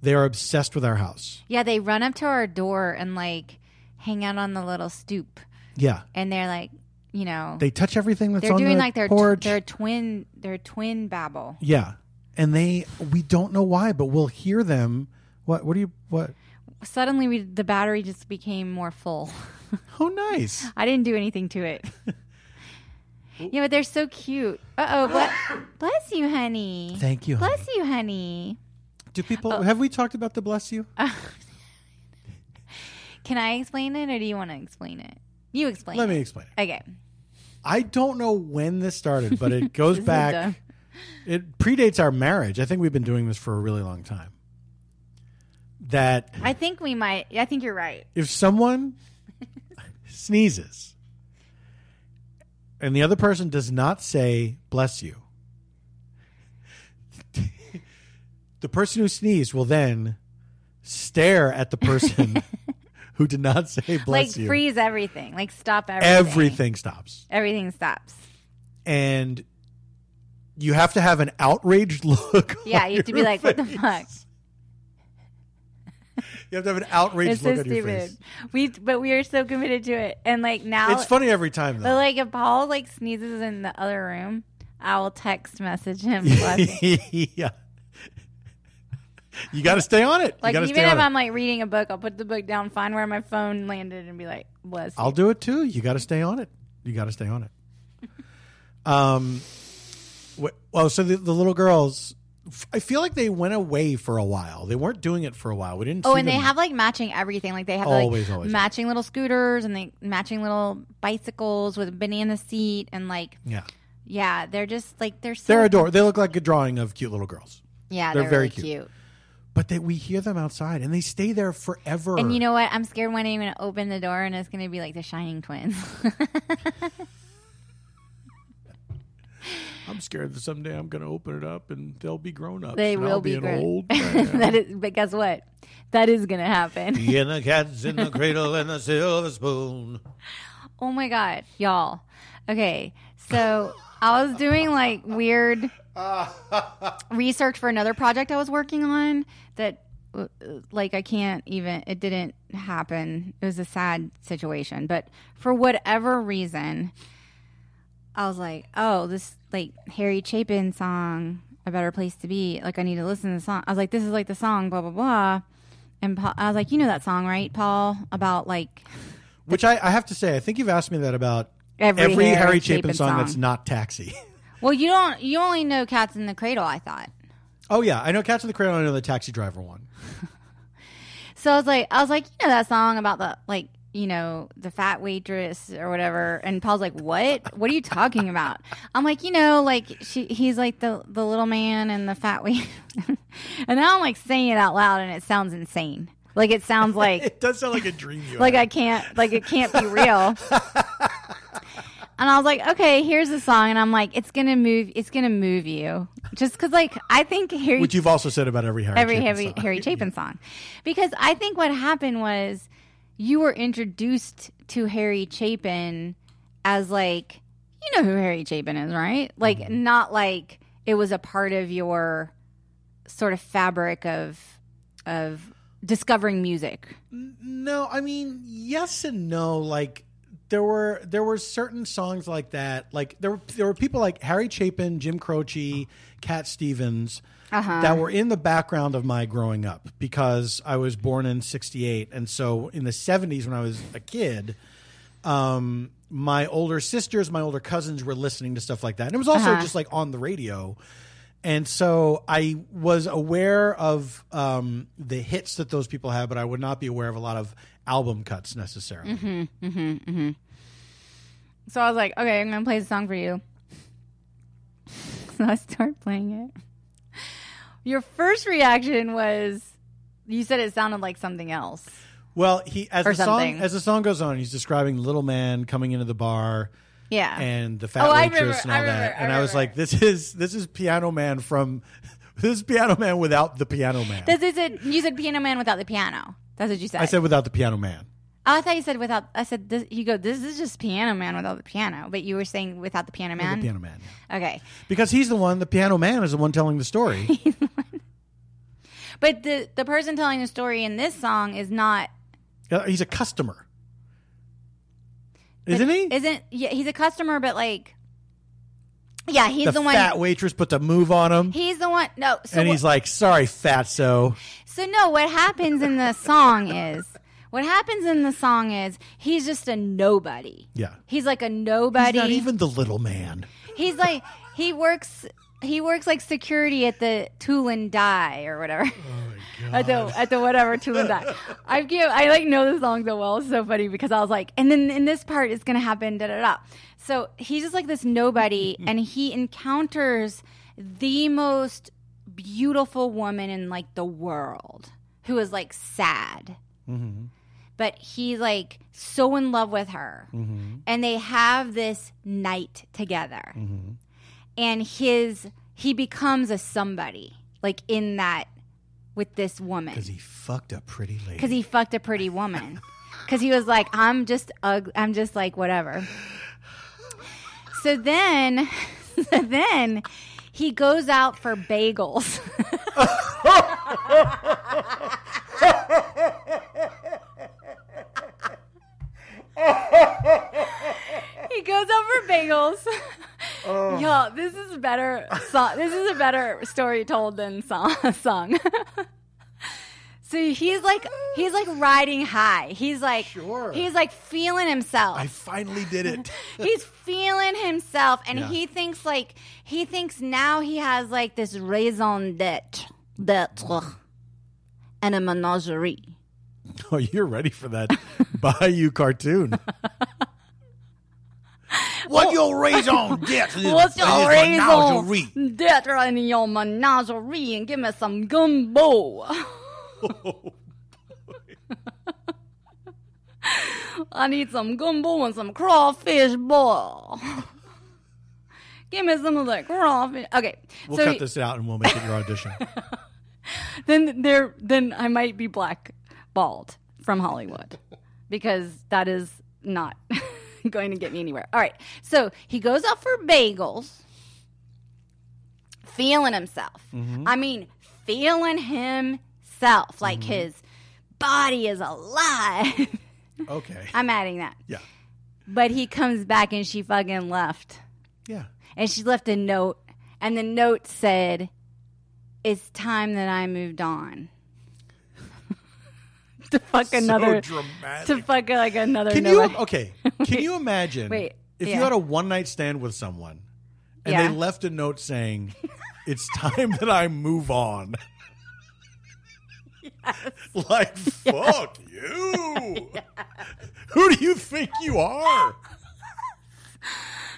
S2: they are obsessed with our house.
S3: Yeah, they run up to our door and like hang out on the little stoop,
S2: Yeah,
S3: and they're like, you know,
S2: they touch everything that's
S3: they're
S2: on
S3: doing
S2: their
S3: like their
S2: porch.
S3: their twin their twin babble.
S2: yeah, and they we don't know why, but we'll hear them. What what do you what?
S3: Suddenly, we, the battery just became more full.
S2: How nice.
S3: I didn't do anything to it. yeah, but they're so cute. Uh oh, bless you, honey.
S2: Thank you. honey.
S3: Bless you, honey.
S2: Do people have we talked about the bless you?
S3: Can I explain it, or do you want to explain it? You explain.
S2: Let
S3: it.
S2: me explain. it.
S3: Okay.
S2: I don't know when this started, but it goes
S3: is
S2: back.
S3: dumb.
S2: It predates our marriage. I think we've been doing this for a really long time. That
S3: I think we might. I think you're right.
S2: if someone sneezes and the other person does not say bless you the person who sneezed will then stare at the person who did not say bless
S3: like
S2: you
S3: freeze everything. Like stop everything.
S2: everything stops
S3: Everything stops.
S2: and you have to have an outraged look
S3: Yeah,
S2: on
S3: you have to be
S2: your
S3: like, what the
S2: face.
S3: fuck?
S2: You have to have an outraged
S1: It's
S2: look
S1: so
S2: on your face.
S1: stupid. We but we are so committed to it, and like now
S2: It's funny every time
S1: But
S2: though.
S1: like if Paul like sneezes in the other room, I will text message him. blessing.
S2: yeah. You got to stay on it. you
S1: like
S2: got to
S1: even
S2: stay
S1: if
S2: on it.
S1: I'm like reading a book, I'll put the book down, find where my phone landed, and be like, "Bless." you."
S2: I'll do it too. You got to stay on it. You got to stay on it. Um, wh- well, so the, the little girls, f- I feel like they went away for a while. They weren't doing it for a while. We didn't.
S1: Oh,
S2: see
S1: and they
S2: them-
S1: have like matching everything. Like they have
S2: Always,
S1: like
S2: always.
S1: matching little scooters and they matching little bicycles with a banana seat and like
S2: Yeah,
S1: yeah, they're just like they're so
S2: they're adorable. They look like a drawing of cute little girls.
S1: yeah,
S2: they're
S1: they're,
S2: very
S1: really
S2: cute.
S1: cute.
S2: But they, we hear them outside, and they stay there forever.
S1: And you know what? I'm scared one day I'm gonna open the door and it's gonna be like the Shining Twins.
S2: I'm scared that someday I'm going to open it up, and they'll be grown ups.
S1: they will be grown. that is, but guess what? That is gonna happen.
S2: and the cats in the cradle and the silver spoon.
S1: Oh my god, y'all. Okay, so I was doing like weird research for another project I was working on that uh, like I can't even it didn't happen. It was a sad situation, but for whatever reason I was like, "Oh, this like Harry Chapin song, A Better Place to Be, like I need to listen to the song." I was like, "This is like the song blah blah blah." And Paul, I was like, "You know that song, right, Paul, about like
S2: Which I, I have to say, I think you've asked me that about
S1: Every
S2: every Harry,
S1: Harry
S2: Chapin,
S1: Chapin
S2: song,
S1: song.
S2: that's not Taxi.
S1: Well, you don't. You only know Cats in the Cradle. I thought.
S2: Oh yeah, I know Cats in the Cradle. I know the Taxi Driver one.
S1: So I was like, I was like, you know that song about the like, you know, the fat waitress or whatever. And Paul's like, what? What are you talking about? I'm like, you know, like she, he's like the the little man and the fat waitress. and now I'm like saying it out loud, and it sounds insane. Like it sounds like
S2: It does sound like a dream. You
S1: like I can't like it can't be real. And I was like, okay, here's the song, and I'm like, it's gonna move, it's gonna move you, just because like I think Harry
S2: which you've also said about every Harry
S1: every
S2: Chapin
S1: Harry,
S2: song.
S1: Harry Chapin song. Because I think what happened was you were introduced to Harry Chapin as like you know who Harry Chapin is, right? Like
S2: Mm-hmm.
S1: not like it was a part of your sort of fabric of of discovering music.
S2: No, I mean yes and no. Like there were there were certain songs like that. Like there were there were people like Harry Chapin, Jim Croce, Cat Stevens that were in the background of my growing up because I was born in '68, and so in the '70s when I was a kid. Um, my older sisters, my older cousins were listening to stuff like that. And it was also just like on the radio. And so I was aware of um, the hits that those people have, but I would not be aware of a lot of album cuts necessarily.
S1: Mm-hmm. So I was like, okay, I'm gonna play the song for you. So I start playing it. Your first reaction was you said it sounded like something else.
S2: Well, he as
S1: Or
S2: the song
S1: something.
S2: as the song goes on, he's describing little man coming into the bar
S1: Yeah.
S2: and the fat
S1: Oh, I
S2: waitress
S1: remember,
S2: and all
S1: I remember,
S2: that,
S1: I
S2: and I was
S1: remember.
S2: like, this is this is Piano Man from this is Piano Man without the Piano Man.
S1: This is it. You said piano man without the piano. That's what you said.
S2: I said without the Piano Man.
S1: Oh, I thought you said without. I said this. You go. This is just piano man without the piano. But you were saying without the piano man.
S2: The Piano Man, yeah.
S1: Okay.
S2: because he's the one. The Piano Man is the one telling the story.
S1: But the the person telling the story in this song is not.
S2: Uh, he's a customer, isn't he?
S1: Isn't yeah? He's a customer, but like. Yeah, he's
S2: the
S1: the,
S2: fat
S1: one.
S2: waitress puts a move on him,
S1: He's the one. No. So
S2: and
S1: what-
S2: he's like, "Sorry, fatso."
S1: So no, what happens in the song is what happens in the song is he's just a nobody.
S2: Yeah,
S1: He's like a
S2: he's
S1: nobody.
S2: not even the little man.
S1: He's like he works he works like security at the Tool and Die or whatever. At the at the whatever Tool and Die. I give I like know the song so well. It's so funny because I was like, and then in this part it's gonna happen, da da da. So he's just like this nobody and he encounters the most beautiful woman in like the world who is like sad
S2: Mm-hmm,
S1: but he like so in love with her
S2: Mm-hmm.
S1: and they have this night together
S2: mm-hmm.
S1: and his he becomes a somebody like in that with this woman
S2: Because he fucked a pretty lady.
S1: because he fucked a pretty woman because he was like i'm just ugly i'm just like whatever so then so then he goes out for bagels over bagels.
S2: Oh.
S1: Yo, this is a better song. This is a better story told than song. sung. so he's like he's like riding high. He's like
S2: Sure.
S1: he's like feeling himself.
S2: I finally did it.
S1: he's feeling himself and
S2: Yeah.
S1: he thinks like he thinks now he has like this raison d'etre d'etre and a menagerie.
S2: Oh, you're ready for that Bayou cartoon. what your raison d'etre? is-
S1: What's
S2: is
S1: your
S2: menagerie.
S1: raison d'etre and your menagerie and give me some gumbo. I need some gumbo and some crawfish boil. give me some of that crawfish. Okay,
S2: We'll
S1: so
S2: cut this out and we'll make it your audition.
S1: then there, then I might be black bald from Hollywood because that is not going to get me anywhere. All right, so he goes out for bagels, feeling himself. I mean, feeling himself like his body is alive.
S2: Okay.
S1: I'm adding that,
S2: Yeah.
S1: but he comes back and she fucking left
S2: Yeah.
S1: and she left a note and the note said it's time that i moved on to fuck another
S2: so dramatic.
S1: to fuck like another
S2: Can you
S1: number.
S2: okay? Can you imagine
S1: Wait,
S2: if
S1: yeah.
S2: you had a one night stand with someone and
S1: Yeah.
S2: they left a note saying, "It's time that I move on." Like fuck you. Who do you think you are?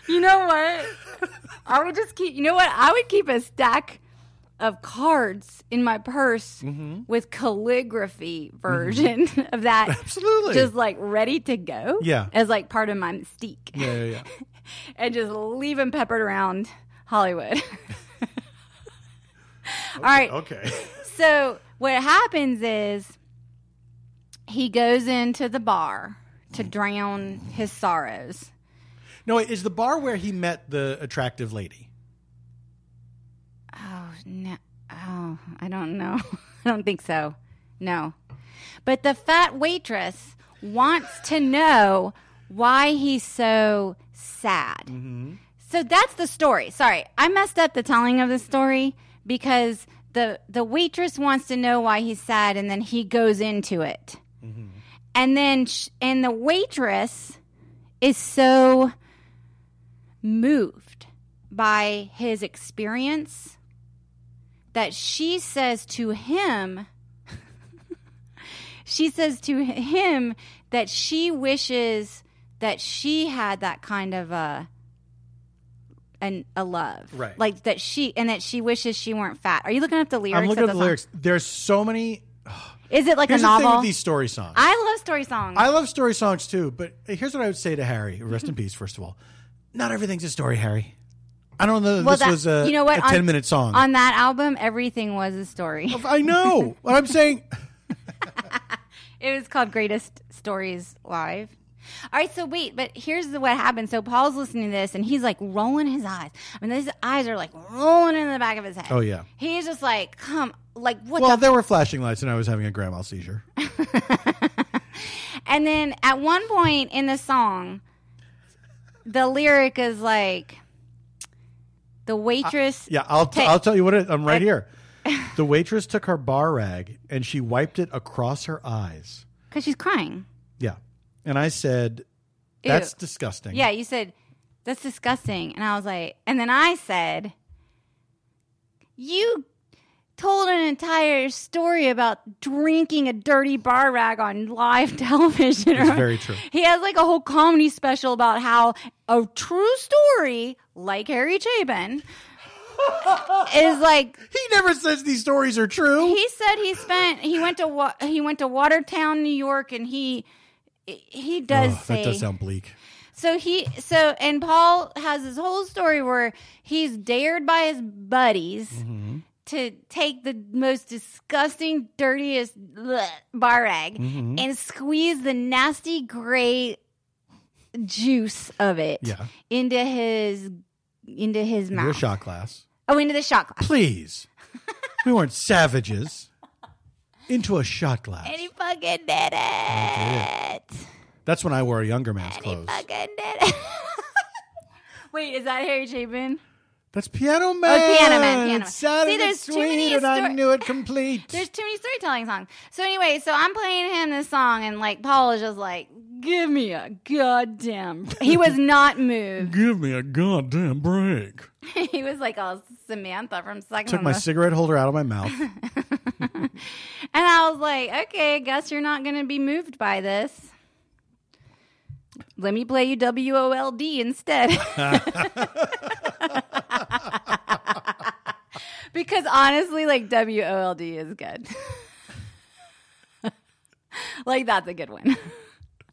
S1: you know what i would just keep you know what i would keep a stack of cards in my purse
S2: Mm-hmm.
S1: with calligraphy version of that
S2: Absolutely.
S1: just like ready to go
S2: Yeah.
S1: as like part of my mystique
S2: yeah, yeah, yeah.
S1: and just leave them peppered around hollywood all right
S2: Okay.
S1: So what happens is he goes into the bar to drown his sorrows.
S2: No, wait, is the bar where he met the attractive lady?
S1: Oh no! Oh, I don't know. I don't think so. No, but the fat waitress wants to know why he's so sad. So that's the story. Sorry, I messed up the telling of the story because the the waitress wants to know why he's sad, and then he goes into it, and then sh- and the waitress is so moved by his experience that she says to him she says to him that she wishes that she had that kind of a an, a love
S2: Right.
S1: like that she and that she wishes she weren't fat are you looking up the lyrics
S2: I'm looking
S1: of
S2: at the
S1: song?
S2: lyrics. There's so many.
S1: is it like
S2: Here's
S1: a
S2: the thing
S1: novel
S2: with these story songs.
S1: i love story songs
S2: I love story songs too, but here's what I would say to Harry. Rest in
S1: Mm-hmm.
S2: peace, first of all. Not everything's a story, Harry. I don't know that
S1: Well,
S2: this
S1: that-
S2: was a,
S1: you know what?
S2: a
S1: On-
S2: 10 minute song.
S1: on that album everything was a story
S2: I know. what I'm saying.
S1: It was called Greatest Stories Live. All right, so wait, but here's the, what happened. So Paul's listening to this, and he's like rolling his eyes. I mean, his eyes are like rolling in the back of his head.
S2: Oh, yeah.
S1: he's just like, "Come, like what?"
S2: Well,
S1: the
S2: there were flashing lights and I was having a grandma seizure.
S1: and then at one point in the song, the lyric is like, "The waitress."
S2: Yeah, I'll, t-
S1: Hey.
S2: I'll tell you what it I'm right here. The waitress took her bar rag and she wiped it across her eyes.
S1: because she's crying.
S2: Yeah. And I said,
S1: Ew.
S2: that's disgusting.
S1: Yeah, you said that's disgusting, and I was like, and then I said, you told an entire story about drinking a dirty bar rag on live television.
S2: It's very true.
S1: He has like a whole comedy special about how a true story, like Harry Chapin, is like
S2: He never says these stories are true.
S1: he said he spent he went to wa- he went to Watertown, New York, and he he does
S2: Oh,
S1: say
S2: that does sound bleak.
S1: so he so and Paul has this whole story where he's dared by his buddies to take the most disgusting, dirtiest bleh, bar rag and squeeze the nasty gray juice of it
S2: Yeah.
S1: into his into his
S2: Your
S1: mouth.
S2: shot glass.
S1: Oh, into the shot glass.
S2: please. We weren't savages. Into a shot glass.
S1: And he fucking did it.
S2: That's when I wore a younger man's
S1: And he
S2: clothes.
S1: fucking did it.
S3: Wait, is that Harry Chapin?
S2: That's Piano Man.
S1: Oh, Piano Man, Piano Man.
S2: Saturday
S1: See, there's too
S2: sweet,
S1: many
S2: and I
S1: story-
S2: knew it complete.
S1: There's too many storytelling songs. So anyway, so I'm playing him this song, and like Paul is just like, "Give me a goddamn." He was not moved.
S2: Give me a goddamn break.
S1: he was like all Samantha from Sex
S2: Took
S1: and
S2: my
S1: the-
S2: cigarette holder out of my mouth.
S1: And I was like, "Okay, I guess you're not gonna be moved by this." Let me play you W O L D instead. because honestly, like W O L D is good. like that's a good one.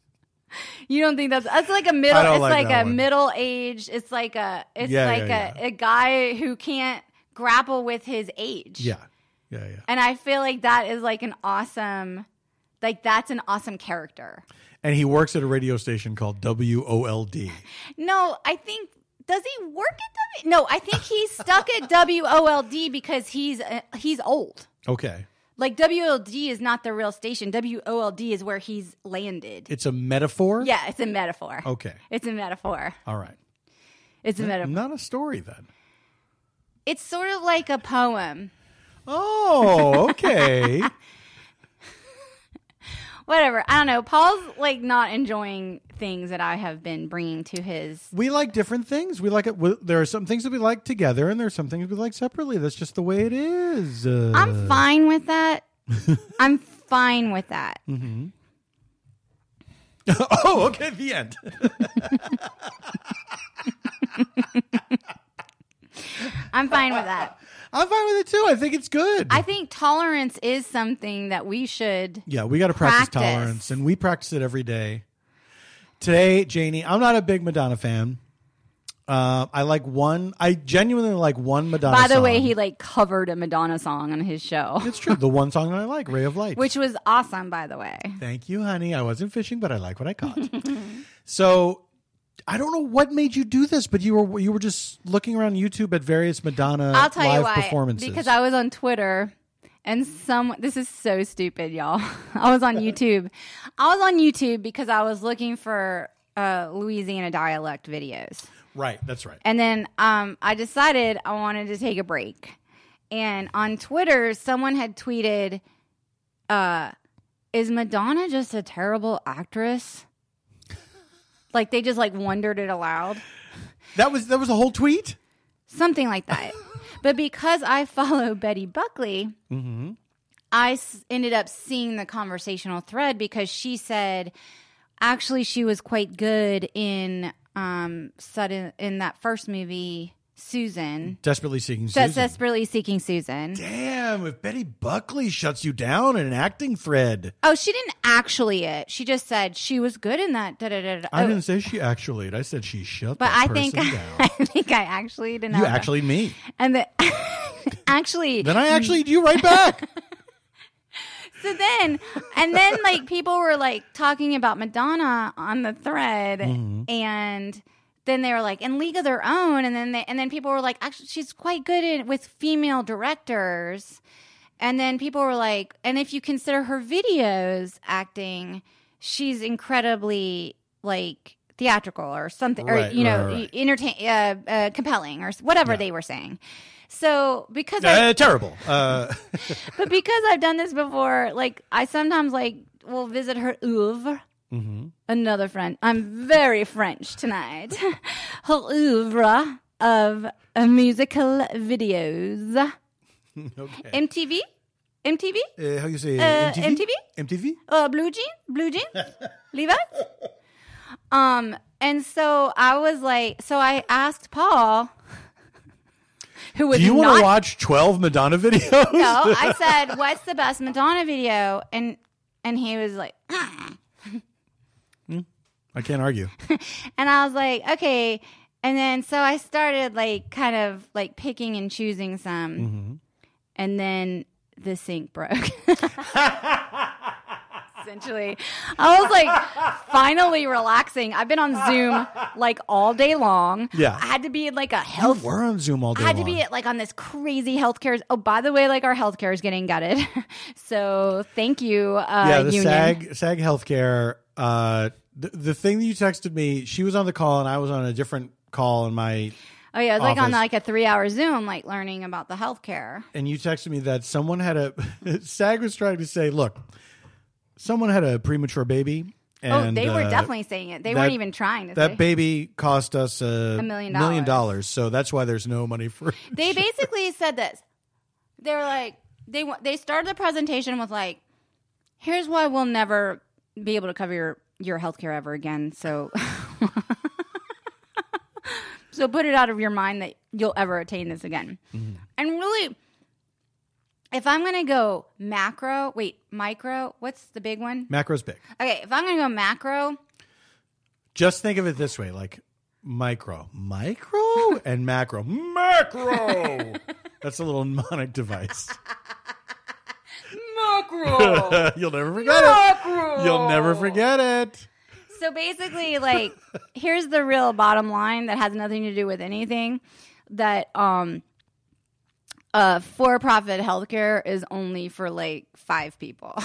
S1: you don't think that's that's like a middle
S2: I don't
S1: it's
S2: like
S1: like,
S2: that
S1: a
S2: one.
S1: middle aged it's like a it's
S2: Yeah,
S1: like
S2: yeah,
S1: a, a guy who can't grapple with his age.
S2: yeah, yeah, yeah.
S1: And I feel like that is like an awesome like that's an awesome character.
S2: And he works at a radio station called WOLD.
S1: No, I think does he work at W? No, I think he's stuck at WOLD because he's uh, he's old.
S2: Okay,
S1: Like WOLD is not the real station. WOLD is where he's landed.
S2: it's a metaphor.
S1: yeah, it's a metaphor.
S2: Okay.
S1: It's a metaphor.
S2: All right.
S1: It's a metaphor.
S2: Not a story then.
S1: It's sort of like a poem.
S2: Oh, okay.
S1: Whatever. I don't know. Paul's like not enjoying things that I have been bringing to his.
S2: we like different things. We like it. we- There are some things that we like together, and there are some things we like separately. That's just the way it is. Uh,
S1: I'm fine with that. I'm fine with that.
S2: oh, okay. The end.
S1: I'm fine with that.
S2: I'm fine with it too. I think it's good.
S1: I think tolerance is something that we should.
S2: yeah, we got to practice,
S1: Practice.
S2: tolerance, and we practice it every day. Today, Janie, I'm not a big Madonna fan. Uh, I like one. I genuinely like one Madonna.
S1: By the
S2: song.
S1: way, he like covered a Madonna song on his show,
S2: It's true. The one song that I like, "Ray of Light,"
S1: which was awesome, by the way.
S2: Thank you, honey. I wasn't fishing, but I like what I caught. so I don't know what made you do this, but you were you were just looking around YouTube at various Madonna
S1: I'll tell
S2: live
S1: you why.
S2: performances.
S1: Because I was on Twitter and some this is so stupid, y'all. I was on YouTube. I was on YouTube because I was looking for uh, Louisiana dialect videos.
S2: right, that's right.
S1: And then um, I decided I wanted to take a break. And on Twitter, someone had tweeted, uh, "Is Madonna just a terrible actress?" like they just like wondered it aloud,
S2: That was that was a whole tweet.
S1: something like that. but because I follow Betty Buckley, I s- ended up seeing the conversational thread because she said actually she was quite good in um sudden in that first movie Susan
S2: Desperately seeking
S1: That's
S2: Susan.
S1: desperately seeking Susan.
S2: Damn! If Betty Buckley shuts you down in an acting thread,
S1: Oh, she didn't actually it. She just said she was good in that. Da, da, da, da.
S2: I
S1: Oh,
S2: didn't say she actually. I said she shut.
S1: but I
S2: that
S1: think
S2: person
S1: I
S2: down.
S1: think I actually didn't.
S2: you actually me.
S1: and the, actually
S2: Then I actually do right back.
S1: so then and then like people were like talking about Madonna on the thread
S2: Mm-hmm.
S1: and then they were like in league of their own and then they and then people were like actually she's quite good in, with female directors and then people were like and if you consider her videos acting she's incredibly like theatrical or something
S2: Right,
S1: or you know
S2: right, right.
S1: entertain uh, uh, compelling or s- whatever they were saying so because I,
S2: uh, terrible. Uh,
S1: but because I've done this before, like I sometimes like will visit her oeuvre.
S2: Mm-hmm.
S1: Another French. I'm very French tonight. her oeuvre of uh, musical videos.
S2: okay.
S1: MTV, MTV,
S2: Uh, how you say
S1: Uh,
S2: MTV?
S1: MTV?
S2: MTV?
S1: uh, blue jean, blue jean, Levi's. Um, and so I was like, so I asked Paul, who was
S2: Do you want
S1: not
S2: to watch 12 Madonna videos?
S1: no, I said, "What's the best Madonna video?" And and he was like,
S2: I can't argue.
S1: and I was like, "Okay." And then so I started like kind of like picking and choosing some,
S2: Mm-hmm.
S1: and then the sink broke. Essentially, I was like finally relaxing. I've been on Zoom like all day long.
S2: Yeah.
S1: I had to be in like a health.
S2: We're on Zoom all day
S1: I had to
S2: long.
S1: be at, like on this crazy healthcare. Oh, by the way, like our healthcare is getting gutted. so thank you, uh,
S2: yeah, the
S1: union.
S2: SAG SAG Healthcare. Uh, the, the thing that you texted me, she was on the call and I was on a different call in my
S1: Oh yeah, it was like on
S2: Office.
S1: like a three-hour Zoom, like learning about the healthcare.
S2: and you texted me that someone had a SAG was trying to say, look, someone had a premature baby.
S1: Oh,
S2: And,
S1: they were
S2: uh,
S1: definitely saying it. They
S2: that-
S1: weren't even trying to. say.
S2: That baby cost us a,
S1: A million
S2: dollars, so that's why there's no money for.
S1: they basically said this. They were like they wa- they started the presentation with like, "Here's why we'll never be able to cover your your healthcare ever again." So, so put it out of your mind that you'll ever attain this again.
S2: Mm-hmm.
S1: And really, if I'm gonna go macro, wait, micro. What's the big one?
S2: Macro's big.
S1: Okay, if I'm gonna go macro,
S2: Just think of it this way: like micro, micro, and macro, macro. that's a little mnemonic device.
S1: macro,
S2: You'll never forget it. You'll never forget it.
S1: So basically, like, here's the real bottom line that has nothing to do with anything. That um, uh, for-profit healthcare is only for like five people.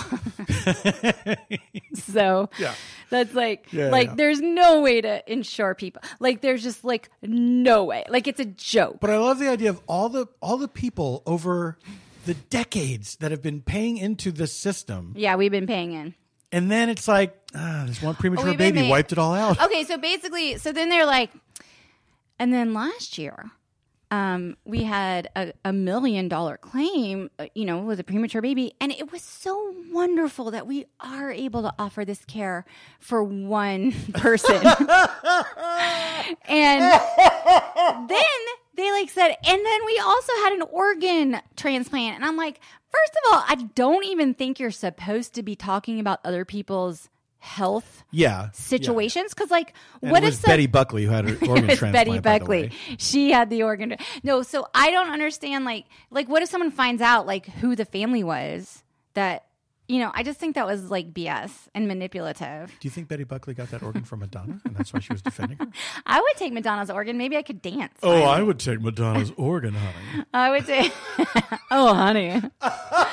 S1: so
S2: Yeah.
S1: that's like,
S2: Yeah,
S1: like,
S2: yeah.
S1: there's no way to insure people. Like, there's just like no way. Like, it's a joke.
S2: But I love the idea of all the all the people over the decades that have been paying into this system,
S1: yeah, we've been paying in.
S2: and then it's like ah, this
S1: Oh,
S2: one premature
S1: we've been
S2: baby
S1: ma-
S2: wiped it all out.
S1: okay, so basically, so then they're like, and then last year, um, we had a, a million dollar claim, uh, you know, with a premature baby, and it was so wonderful that we are able to offer this care for one person. and then they like said, and then we also had an organ transplant, and I'm like, first of all, I don't even think you're supposed to be talking about other people's health
S2: Yeah,
S1: situations because like
S2: And
S1: what
S2: it
S1: if
S2: was
S1: some,
S2: Betty Buckley who had her organ
S1: It's
S2: transplant?
S1: Betty
S2: by the way.
S1: Buckley she had the organ no so I don't understand like like what if someone finds out like who the family was that you know I just think that was like BS and manipulative
S2: Do you think Betty Buckley got that organ from Madonna, and that's why she was defending her?
S1: I would take Madonna's organ maybe I could dance
S2: Oh, I would take Madonna's organ, honey.
S1: I would say, oh, honey. oh,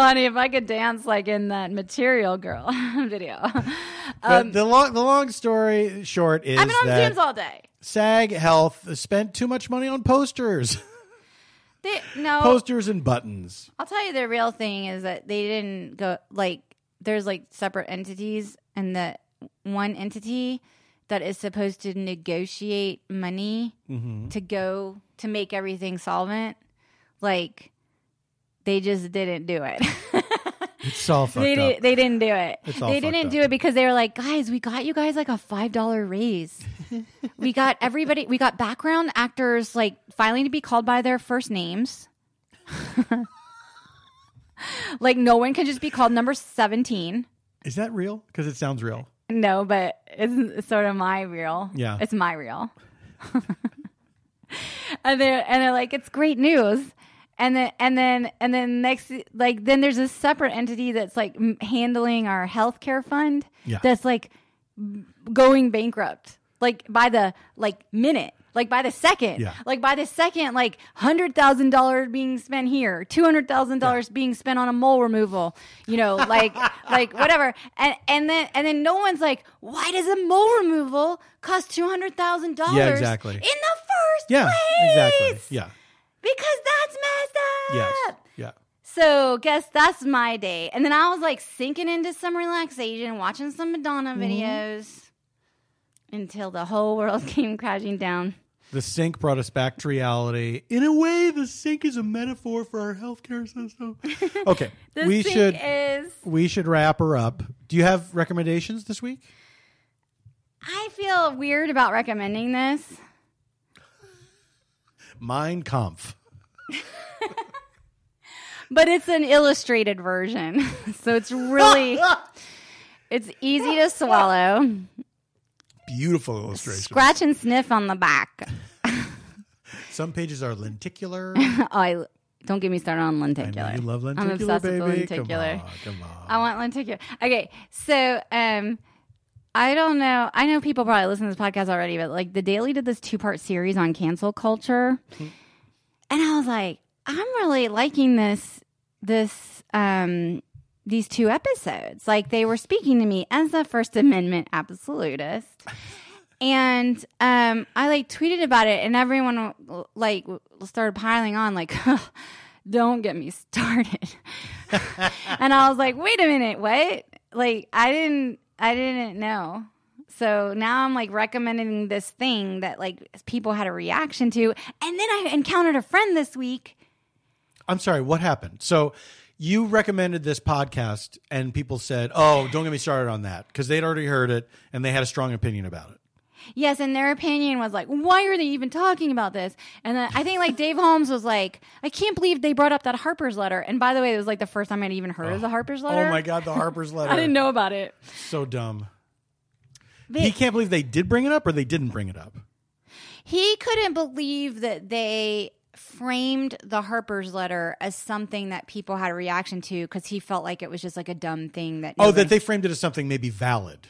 S1: honey, if I could dance like in that Material Girl video. Um,
S2: but the long, the long story short is
S1: I've been on
S2: that
S1: Zooms all day.
S2: SAG Health spent too much money on posters,
S1: They, no.
S2: posters and buttons.
S1: I'll tell you the real thing is that they didn't go like there's like separate entities and the one entity that is supposed to negotiate money to go to make everything solvent like they just didn't do it.
S2: It's all fucked
S1: they
S2: up.
S1: did, they didn't do it.
S2: It's all
S1: They
S2: fucked
S1: didn't
S2: up.
S1: do it because they were like, "Guys, we got you guys like a $5 raise. we got everybody we got background actors like filing to be called by their first names." Like no one can just be called number 17.
S2: Is that real? Because it sounds real.
S1: No, but it's, it's sort of my reel.
S2: Yeah.
S1: It's my reel. and they're and they're like, it's great news. And then and then and then next like then there's a separate entity that's like m- handling our healthcare fund
S2: Yeah.
S1: that's like b- going bankrupt like by the like minute like by the second
S2: Yeah.
S1: like by the second like $100,000 being spent here $200,000 being spent on a mole removal you know like like whatever and and then and then no one's like why does a mole removal cost $200,000
S2: Yeah, exactly.
S1: in the first
S2: Yeah,
S1: place
S2: exactly. Yeah,
S1: because that's messed up
S2: yes, yeah.
S1: so guess that's my day. And then I was like sinking into some relaxation, watching some Madonna videos until the whole world came crashing down.
S2: The sink brought us back to reality. In a way, the sink is a metaphor for our healthcare system. Okay,
S1: The
S2: we
S1: sink
S2: should
S1: is
S2: we should wrap her up. Do you have recommendations this week?
S1: I feel weird about recommending this.
S2: Mein Kampf.
S1: But it's an illustrated version. so it's really it's easy to swallow.
S2: Beautiful illustration.
S1: Scratch and sniff on the back.
S2: Some pages are lenticular.
S1: Oh, I don't get me started on
S2: I know
S1: lenticular.
S2: you love lenticular,
S1: I'm obsessed
S2: baby.
S1: with lenticular.
S2: Come on, come on.
S1: I want lenticular. Okay, so um, I don't know. I know people probably listen to this podcast already, but like the Daily did this two part series on cancel culture, and I was like, I'm really liking this. This um, these two episodes, like they were speaking to me as a First Amendment absolutist. and um, I like tweeted about it, and everyone like started piling on, like, "Don't get me started." and I was like, "Wait a minute, what?" Like, I didn't, I didn't know. So now I'm like recommending this thing that like people had a reaction to, and then I encountered a friend this week.
S2: I'm sorry, what happened? So you recommended this podcast and people said, "Oh, don't get me started on that" because they'd already heard it and they had a strong opinion about it.
S1: Yes, and their opinion was like, why are they even talking about this? And then I think like Dave Holmes was like, I can't believe they brought up that Harper's letter. And by the way, it was like the first time I'd even heard of the Harper's letter.
S2: Oh my god, the Harper's letter.
S1: I didn't know about it.
S2: So dumb.
S1: They-
S2: he can't believe they did bring it up or they didn't bring it up.
S1: He couldn't believe that they framed the Harper's letter as something that people had a reaction to because he felt like it was just like a dumb thing that.
S2: Oh,
S1: nobody-
S2: that they framed it as something maybe valid.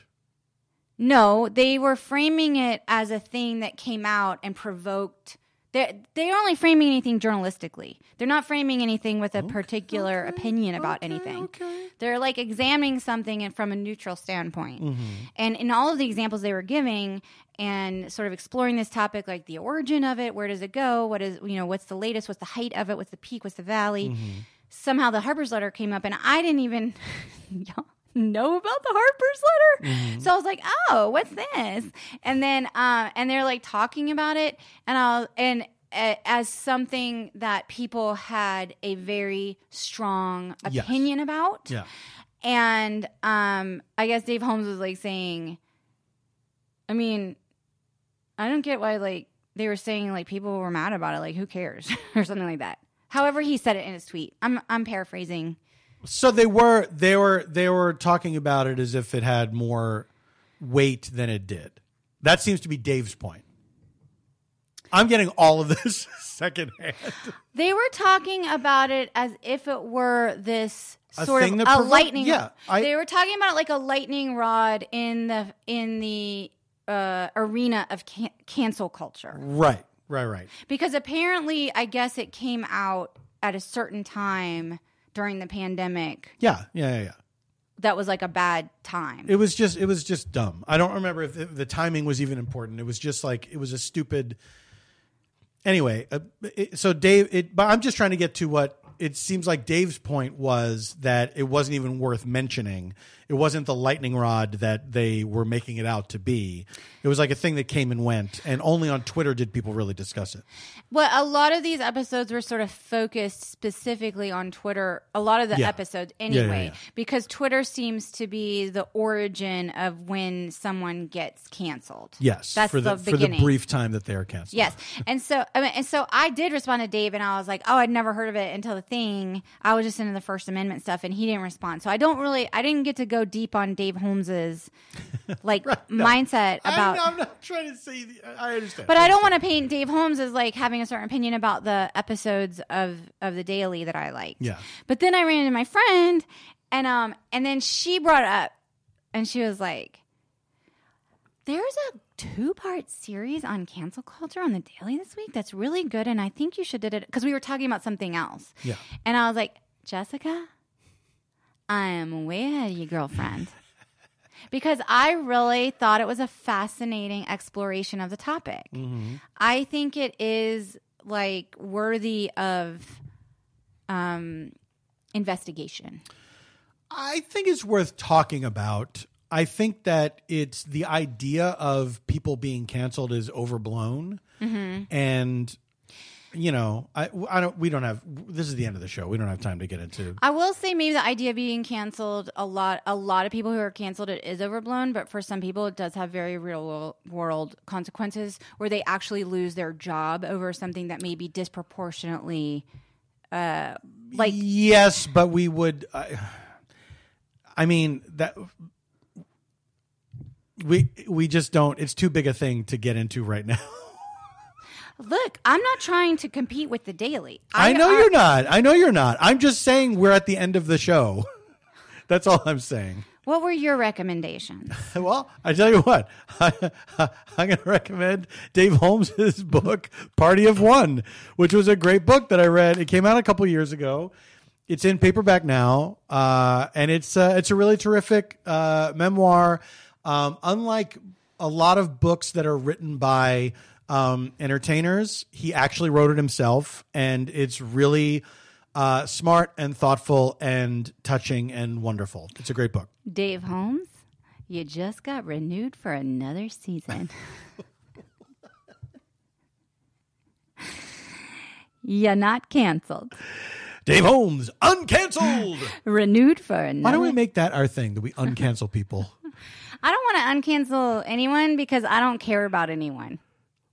S1: No, they were framing it as a thing that came out and provoked. They're, they're only framing anything journalistically. They're not framing anything with a particular opinion about anything. They're like examining something and from a neutral standpoint. And in all of the examples they were giving and sort of exploring this topic, like the origin of it, where does it go? What is, you know, what's the latest? What's the height of it? What's the peak? What's the valley? Somehow the Harper's letter came up and I didn't even y'all know about the Harper's letter. So I was like, oh, what's this? And then, um, and they're like talking about it. And I'll, and, uh, as something that people had a very strong
S2: Yes.
S1: opinion about
S2: Yeah.
S1: and um i guess dave holmes was like saying i mean i don't get why like they were saying like people were mad about it like who cares or something like that however he said it in his tweet i'm i'm paraphrasing
S2: So they were they were they were talking about it as if it had more weight than it did. That seems to be Dave's point. I'm getting all of this secondhand.
S1: they were talking about it as if it were this
S2: A
S1: sort of
S2: thing
S1: a
S2: that provo-
S1: lightning
S2: yeah, I-
S1: they were talking about it like a lightning rod in the in the uh, arena of can- cancel culture
S2: Right, right, right.
S1: because apparently i guess it came out at a certain time during the pandemic
S2: Yeah, yeah, yeah, yeah.
S1: that was like a bad time
S2: It was just it was just dumb. I don't remember if the, the timing was even important. It was just like it was a stupid. Anyway, uh, it, so Dave, it, but I'm just trying to get to what it seems like Dave's point was that it wasn't even worth mentioning. It wasn't the lightning rod that they were making it out to be. It was like a thing that came and went, and only on Twitter did people really discuss it.
S1: well a lot of these episodes were sort of focused specifically on twitter a lot of the
S2: Yeah.
S1: episodes
S2: Yeah, yeah,
S1: anyway
S2: yeah.
S1: because twitter seems to be the origin of when someone gets canceled
S2: Yes,
S1: that's
S2: for the, for the
S1: beginning
S2: brief time that they are canceled.
S1: Yes, and so I mean, and so I did respond to Dave, and I was like, "Oh, I'd never heard of it until the thing." I was just into the First Amendment stuff, and he didn't respond. So I don't really, I didn't get to go deep on Dave Holmes's like mindset about.
S2: I'm, I'm not trying to say. The, I I understand,
S1: but I don't want to paint Dave Holmes as like having a certain opinion about the episodes of of the Daily that I like.
S2: Yeah.
S1: But then I ran into my friend, and um, and then she brought it up, and she was like, "There's a two-part series on cancel culture on the Daily this week that's really good, and I think you should did it because we were talking about something else."
S2: Yeah.
S1: And I was like, Jessica, I am way ahead of you, girlfriend. Because I really thought it was a fascinating exploration of the topic. I think it is like worthy of um, investigation.
S2: I think it's worth talking about. I think that it's the idea of people being canceled is overblown, Mm-hmm. and you know, I, I don't. We don't have. This is the end of the show. We don't have time to get into.
S1: I will say maybe the idea of being canceled a lot a lot of people who are canceled it is overblown, but for some people it does have very real wo- world consequences where they actually lose their job over something that may be disproportionately uh like
S2: yes, but we would. I, I mean that we we just don't. It's too big a thing to get into right now.
S1: look, I'm not trying to compete with the daily.
S2: I, know
S1: I-
S2: you're not. I know you're not. I'm just saying we're at the end of the show. That's all I'm saying.
S1: What were your recommendations?
S2: Well, I tell you what, I, am going to recommend Dave Holmes's book, Party of One, which was a great book that I read. It came out a couple years ago. It's in paperback now, uh, and it's uh, it's a really terrific uh, memoir. Um, unlike a lot of books that are written by um, entertainers. He actually wrote it himself, and it's really uh, smart and thoughtful and touching and wonderful. It's a great book.
S3: Dave Holmes, you just got renewed for another season. You're not canceled.
S2: Dave Holmes, uncanceled.
S3: Renewed for
S2: Why
S3: another.
S2: don't we make that our thing that we uncancel people?
S1: I don't want to uncancel anyone because I don't care about anyone.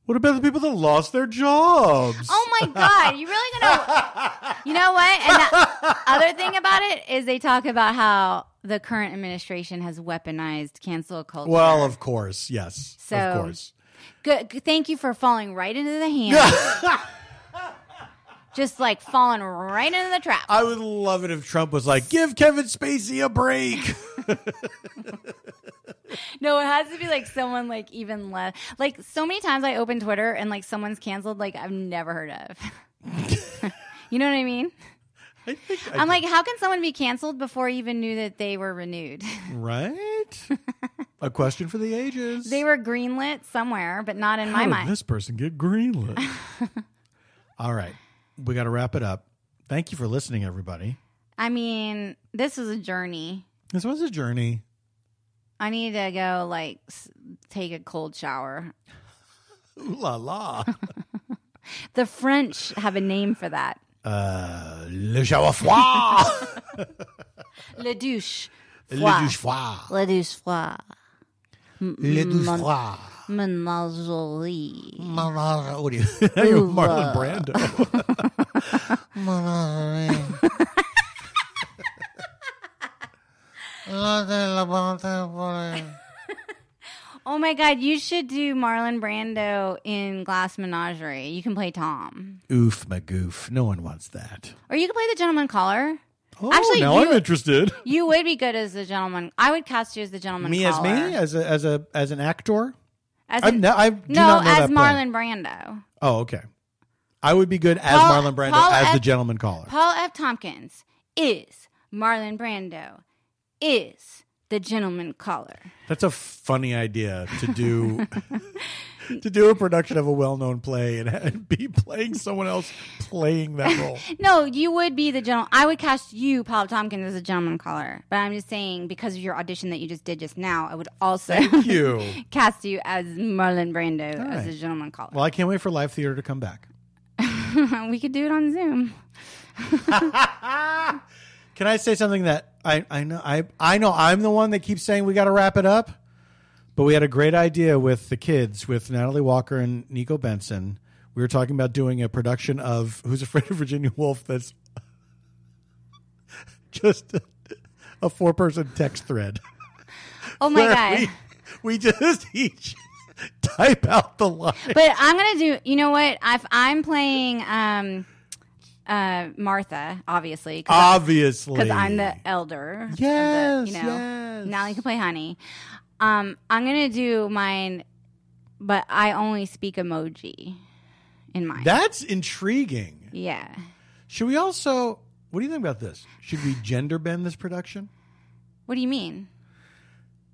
S2: What about the people that lost their jobs?
S1: Oh my god, you really gonna? You know what? And the other thing about it is they talk about how the current administration has weaponized cancel culture.
S2: well, of course, yes,
S1: So-
S2: of course.
S1: good, good- thank you for falling right into the hand. Just like falling right into the trap.
S2: I would love it if Trump was like, "Give Kevin Spacey a break."
S1: No, it has to be like someone like even less. Like so many times I open Twitter and like someone's canceled like I've never heard of. you know what I mean?
S2: I think I
S1: I'm like, how can someone be canceled before you even knew that they were renewed?
S2: Right? a question for the ages.
S1: they were greenlit somewhere, but not in
S2: How
S1: my
S2: did
S1: mind.
S2: this person get greenlit? All right. We got to wrap it up. Thank you for listening, everybody.
S1: I mean, this was a journey.
S2: This was a journey.
S1: I need to go like s- take a cold shower.
S2: Ooh la la.
S1: The French have a name for that.
S2: uh, le shower froid.
S1: Le douche.
S2: le douche froid.
S1: Le douche froid.
S2: Le
S1: Mm,
S2: douche froid.
S1: Menagerie.
S2: Mama, what do you? You're Marlon Brando. Mama,
S1: Oh my God, you should do Marlon Brando in Glass Menagerie. You can play Tom.
S2: Oof, my goof. No one wants that.
S1: Or you can play the gentleman caller.
S2: Oh,
S1: Actually,
S2: now
S1: you-
S2: I'm interested.
S1: You would be good as the gentleman. I would cast you as the gentleman
S2: me as
S1: caller.
S2: me as a as a as an actor.
S1: As
S2: I
S1: in-
S2: no, I do
S1: no,
S2: not know
S1: as
S2: that play.
S1: Marlon Brando.
S2: Oh, okay. I would be good as
S1: Paul-
S2: Marlon Brando
S1: Paul
S2: as the
S1: F-
S2: gentleman caller.
S1: Paul F. Tompkins is Marlon Brando is the gentleman caller.
S2: That's a funny idea to do. to do a production of a well-known play and, and be playing someone else playing that role.
S1: No, you would be the gentleman. I would cast you, Paul F. Tompkins, as a gentleman caller. But I'm just saying because of your audition that you just did just now, I would also
S2: Thank you.
S1: cast you as Marlon Brando as
S2: right.
S1: a gentleman caller.
S2: Well, I can't wait for live theater to come back.
S1: we could do it on Zoom.
S2: Can I say something that I, I know I I know I'm the one that keeps saying we got to wrap it up, but we had a great idea with the kids with Natalie Walker and Nico Benson. We were talking about doing a production of Who's Afraid of Virginia Woolf that's just a, four person text thread.
S1: Oh my
S2: where
S1: god.
S2: We, we just each type out the line.
S1: But I'm gonna do. You know what? If I'm playing um, uh, Martha, obviously, because
S2: Obviously,
S1: I'm the elder. of the-
S2: Yes,
S1: you know,
S2: yes.
S1: now you can play Honey. Um, I'm gonna do mine, but I only speak emoji in mine.
S2: That's intriguing.
S1: yeah.
S2: Should we also? What do you think about this? Should we gender bend this production?
S1: What do you mean?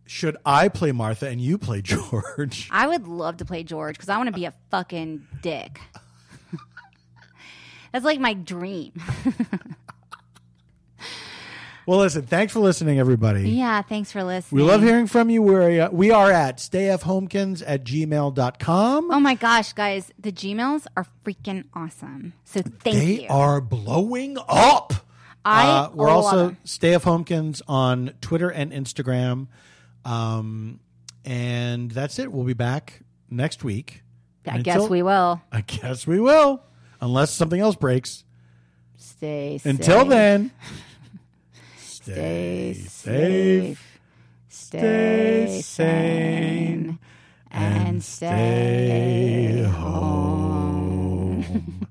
S2: Should I play Martha and you play George?
S1: I would love to play George because I want to be a fucking dick. That's like my dream.
S2: Well, listen. Thanks for listening, everybody.
S1: Yeah. Thanks for listening.
S2: We love hearing from you. We're, uh, we are at stayfhomekins at gmail.com.
S1: Oh my gosh, guys, the Gmails are freaking awesome. So thank
S2: they
S1: you.
S2: are blowing up.
S1: I
S2: Uh, we're
S1: love
S2: also
S1: them.
S2: Stay of Homekins on Twitter and Instagram. Um, and that's it. We'll be back next week.
S1: I
S2: And
S1: guess
S2: until-
S1: we will
S2: I guess we will, unless something else breaks.
S1: stay safe.
S2: Until then,
S1: stay
S2: safe,
S1: safe, stay sane, and stay home.
S2: home.